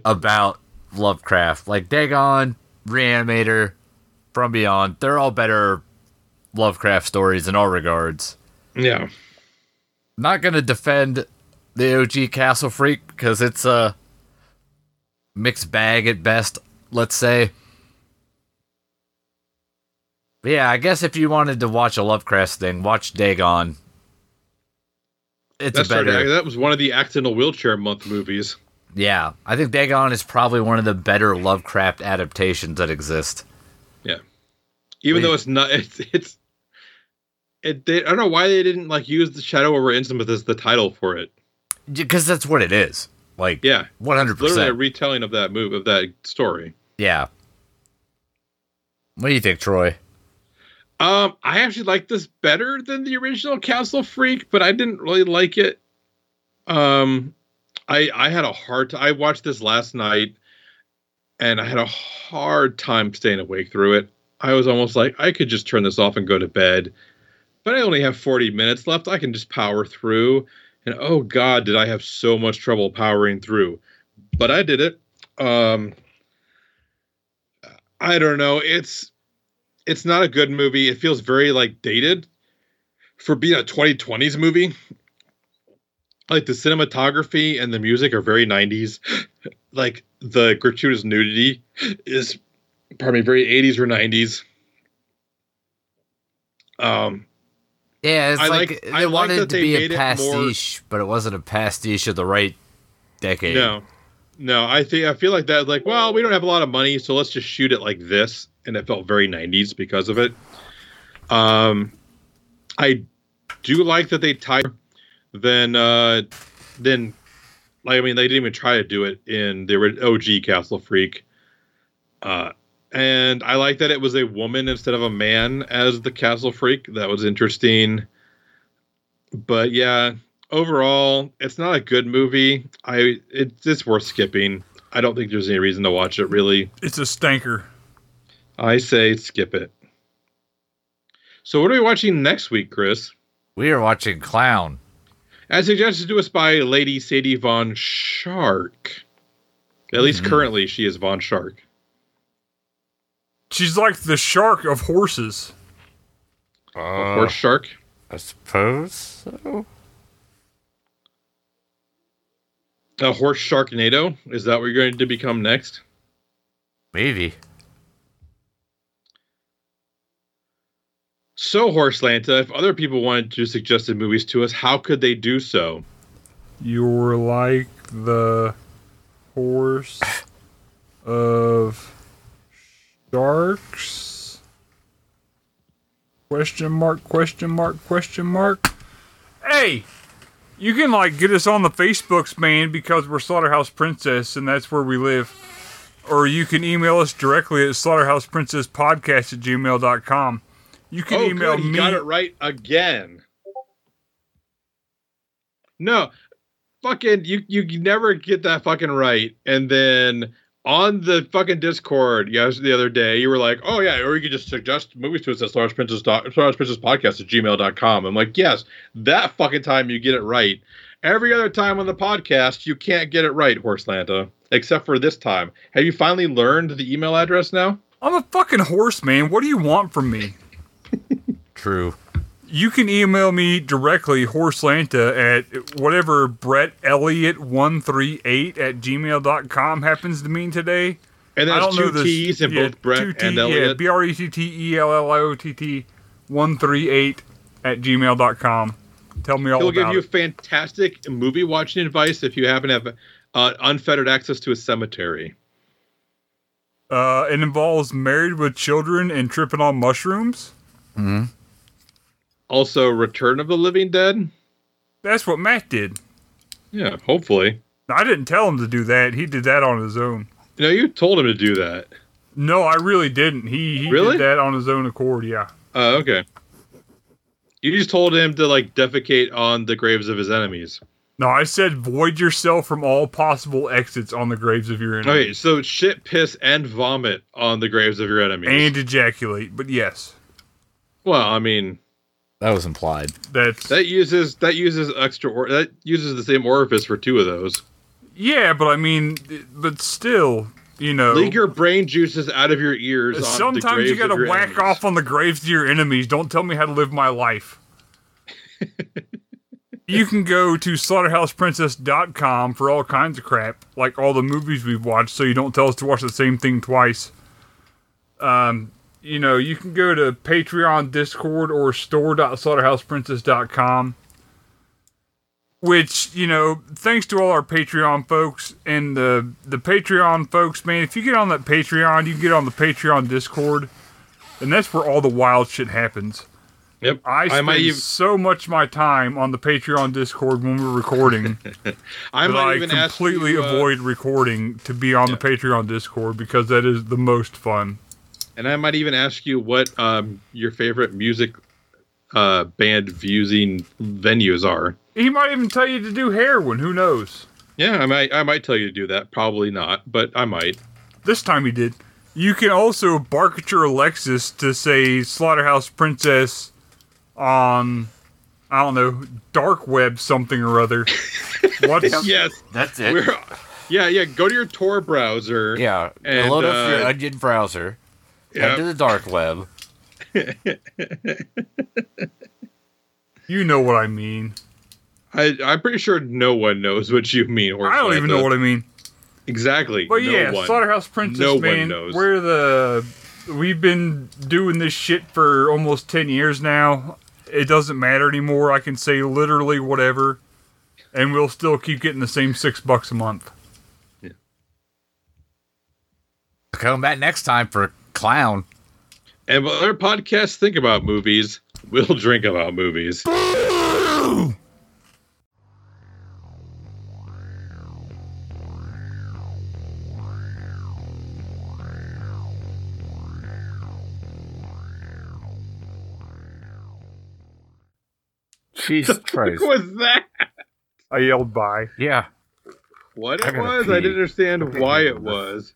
Speaker 1: about Lovecraft. Like Dagon, Reanimator, From Beyond, they're all better Lovecraft stories in all regards
Speaker 3: Yeah.
Speaker 1: not gonna defend the OG Castle Freak because it's a mixed bag at best, let's say. But yeah, I guess if you wanted to watch a Lovecraft thing, watch Dagon. It's
Speaker 3: That's
Speaker 1: a better.
Speaker 3: That was one of the accidental wheelchair month movies.
Speaker 1: yeah, I think Dagon is probably one of the better Lovecraft adaptations that exist.
Speaker 3: Even
Speaker 1: Yeah.
Speaker 3: though it's not, it's it's. It, they, I don't know why they didn't like use the Shadow over Innsmouth as the title for it.
Speaker 1: Because that's what it is. Like,
Speaker 3: Yeah,
Speaker 1: 100%.
Speaker 3: literally a retelling of that move of that story.
Speaker 1: yeah. What do you think, Troy?
Speaker 3: Um, I actually like this better than the original Castle Freak, but I didn't really like it. Um, I I had a hard. T- I watched this last night, and I had a hard time staying awake through it. I was almost like I could just turn this off and go to bed, but I only have forty minutes left. I can just power through, and oh god, did I have so much trouble powering through? But I did it. Um, I don't know. It's it's not a good movie. It feels very like dated for being a 2020s movie. Like the cinematography and the music are very 90s. Like the gratuitous nudity is, pardon me, very 80s or 90s. Um,
Speaker 1: Yeah, it's
Speaker 3: I
Speaker 1: like,
Speaker 3: like-
Speaker 1: they
Speaker 3: I like
Speaker 1: wanted
Speaker 3: that
Speaker 1: to
Speaker 3: they
Speaker 1: be a
Speaker 3: made it more-
Speaker 1: pastiche, but it wasn't a pastiche of the right decade.
Speaker 3: No, no. I think I feel like that. Like, well, we don't have a lot of money, so let's just shoot it like this. And it felt very '90s because of it. Um, I do like that they tied then uh then like I mean they didn't even try to do it in the ori- OG Castle Freak. Uh and I like that it was a woman instead of a man as the Castle Freak. That was interesting. but yeah, overall, it's not a good movie. I it, it's worth skipping. I don't think there's any reason to watch it really.
Speaker 2: It's a stinker.
Speaker 3: I say skip it. So what are we watching next week, Chris?
Speaker 1: We are watching Clown.
Speaker 3: As suggested to us by Lady Sadie Von Shark. At least currently, she is Von Shark.
Speaker 2: She's like the shark of horses.
Speaker 3: Or Horse Shark.
Speaker 1: I suppose so.
Speaker 3: A horse Sharknado. Is that what you're going to become next?
Speaker 1: Maybe.
Speaker 3: So, Horse Lanta, if other people wanted to suggest movies to us, how could they do so?
Speaker 2: You're like the horse of sharks? Question mark, question mark, question mark. Hey, you can like get us on the Facebooks, man, because we're Slaughterhouse Princess and that's where we live. Or you can email us directly at slaughterhouseprincesspodcast at gmail.com. You can
Speaker 3: oh,
Speaker 2: email
Speaker 3: good,
Speaker 2: me.
Speaker 3: you got it right again. No, fucking you you never get that fucking right. And then on the fucking Discord, yes, the other day, you were like, "Oh yeah," or you could just suggest movies to us at Star Princess Princess Podcast at gmail.com. I'm like, yes, that fucking time you get it right. Every other time on the podcast, you can't get it right, Horselanta. Except for this time. Have you finally learned the email address now?
Speaker 2: I'm a fucking horse, man. What do you want from me?
Speaker 1: True.
Speaker 2: You can email me directly, horselanta, at whatever Brett Elliott138 at gmail.com happens to mean today.
Speaker 3: And
Speaker 2: I
Speaker 3: that's
Speaker 2: don't know this.
Speaker 3: two T's in
Speaker 2: yeah,
Speaker 3: both Brett
Speaker 2: two T-
Speaker 3: and Elliot.
Speaker 2: Yeah, B R E T T E L L I O T T 138 at gmail.com. Tell me all
Speaker 3: He'll give
Speaker 2: about
Speaker 3: you
Speaker 2: it.
Speaker 3: fantastic movie watching advice if you happen to have uh, unfettered access to a cemetery.
Speaker 2: Uh, it involves married with children and tripping on mushrooms.
Speaker 3: Also, Return of the Living Dead.
Speaker 2: That's what Matt did.
Speaker 3: Yeah, hopefully.
Speaker 2: I didn't tell him to do that. He did that on his own.
Speaker 3: You know, you told him to do that.
Speaker 2: No, I really didn't. He he
Speaker 3: Really?
Speaker 2: did that on his own accord. Yeah.
Speaker 3: Oh, okay. You just told him to like defecate on the graves of his enemies.
Speaker 2: No, I said void yourself from all possible exits on the graves of your
Speaker 3: Okay,
Speaker 2: enemies
Speaker 3: so shit, piss, and vomit on the graves of your enemies.
Speaker 2: and ejaculate. But yes,
Speaker 3: well, I mean,
Speaker 1: That was implied.
Speaker 2: that's
Speaker 3: that uses that uses extra or that uses the same orifice for two of those.
Speaker 2: yeah. But I mean, but still, you know,
Speaker 3: Leak your brain juices out of your ears. On the
Speaker 2: sometimes
Speaker 3: graves
Speaker 2: you got
Speaker 3: of
Speaker 2: to
Speaker 3: your
Speaker 2: whack
Speaker 3: enemies.
Speaker 2: off on the graves of your enemies. Don't tell me how to live my life. you can go to slaughterhouseprincess.com for all kinds of crap, like all the movies we've watched, so you don't tell us to watch the same thing twice. Um, you know, you can go to Patreon, Discord, or store.slaughterhouseprincess.com. Which you know, thanks to all our Patreon folks and the the Patreon folks, man. If you get on that Patreon, you can get on the Patreon Discord, and that's where all the wild shit happens.
Speaker 3: Yep.
Speaker 2: I spend
Speaker 3: might even
Speaker 2: so much of my time on the Patreon Discord when we're recording
Speaker 3: I
Speaker 2: that
Speaker 3: might
Speaker 2: I
Speaker 3: even ask
Speaker 2: completely
Speaker 3: you, uh,
Speaker 2: avoid recording to be on the Patreon Discord because that is the most fun.
Speaker 3: and I might even ask you what um, your favorite music uh, band viewing venues are.
Speaker 2: He might even tell you to do heroin. Who knows?
Speaker 3: Yeah, I might I might tell you to do that. Probably not, but I might.
Speaker 2: This time he did. You can also bark at your Alexis to say Slaughterhouse Princess on, I don't know, dark web something or other. What's
Speaker 3: Yes,
Speaker 1: That's
Speaker 3: we're. Yeah, yeah. Go to your Tor browser.
Speaker 1: Yeah.
Speaker 3: And,
Speaker 1: load up your
Speaker 3: uh,
Speaker 1: onion browser.
Speaker 3: yeah.
Speaker 1: Head to the dark web.
Speaker 2: You know what I mean.
Speaker 3: I, I'm pretty sure no one knows what you mean. Or
Speaker 2: I don't even know what I mean.
Speaker 3: exactly.
Speaker 2: But
Speaker 3: no
Speaker 2: yeah,
Speaker 3: one.
Speaker 2: Slaughterhouse Princess,
Speaker 3: No one
Speaker 2: man.
Speaker 3: knows.
Speaker 2: We're the we've been doing this shit for almost ten years now. It doesn't matter anymore. I can say literally whatever, and we'll still keep getting the same six bucks a month.
Speaker 1: Come back next time for Clown.
Speaker 3: And while other podcasts think about movies, we'll drink about movies.
Speaker 1: Jesus Christ.
Speaker 3: What was that?
Speaker 2: I yelled bye.
Speaker 1: Yeah.
Speaker 3: What
Speaker 1: I'm
Speaker 3: it
Speaker 1: gonna
Speaker 3: was? I
Speaker 1: pee.
Speaker 3: didn't understand why it was.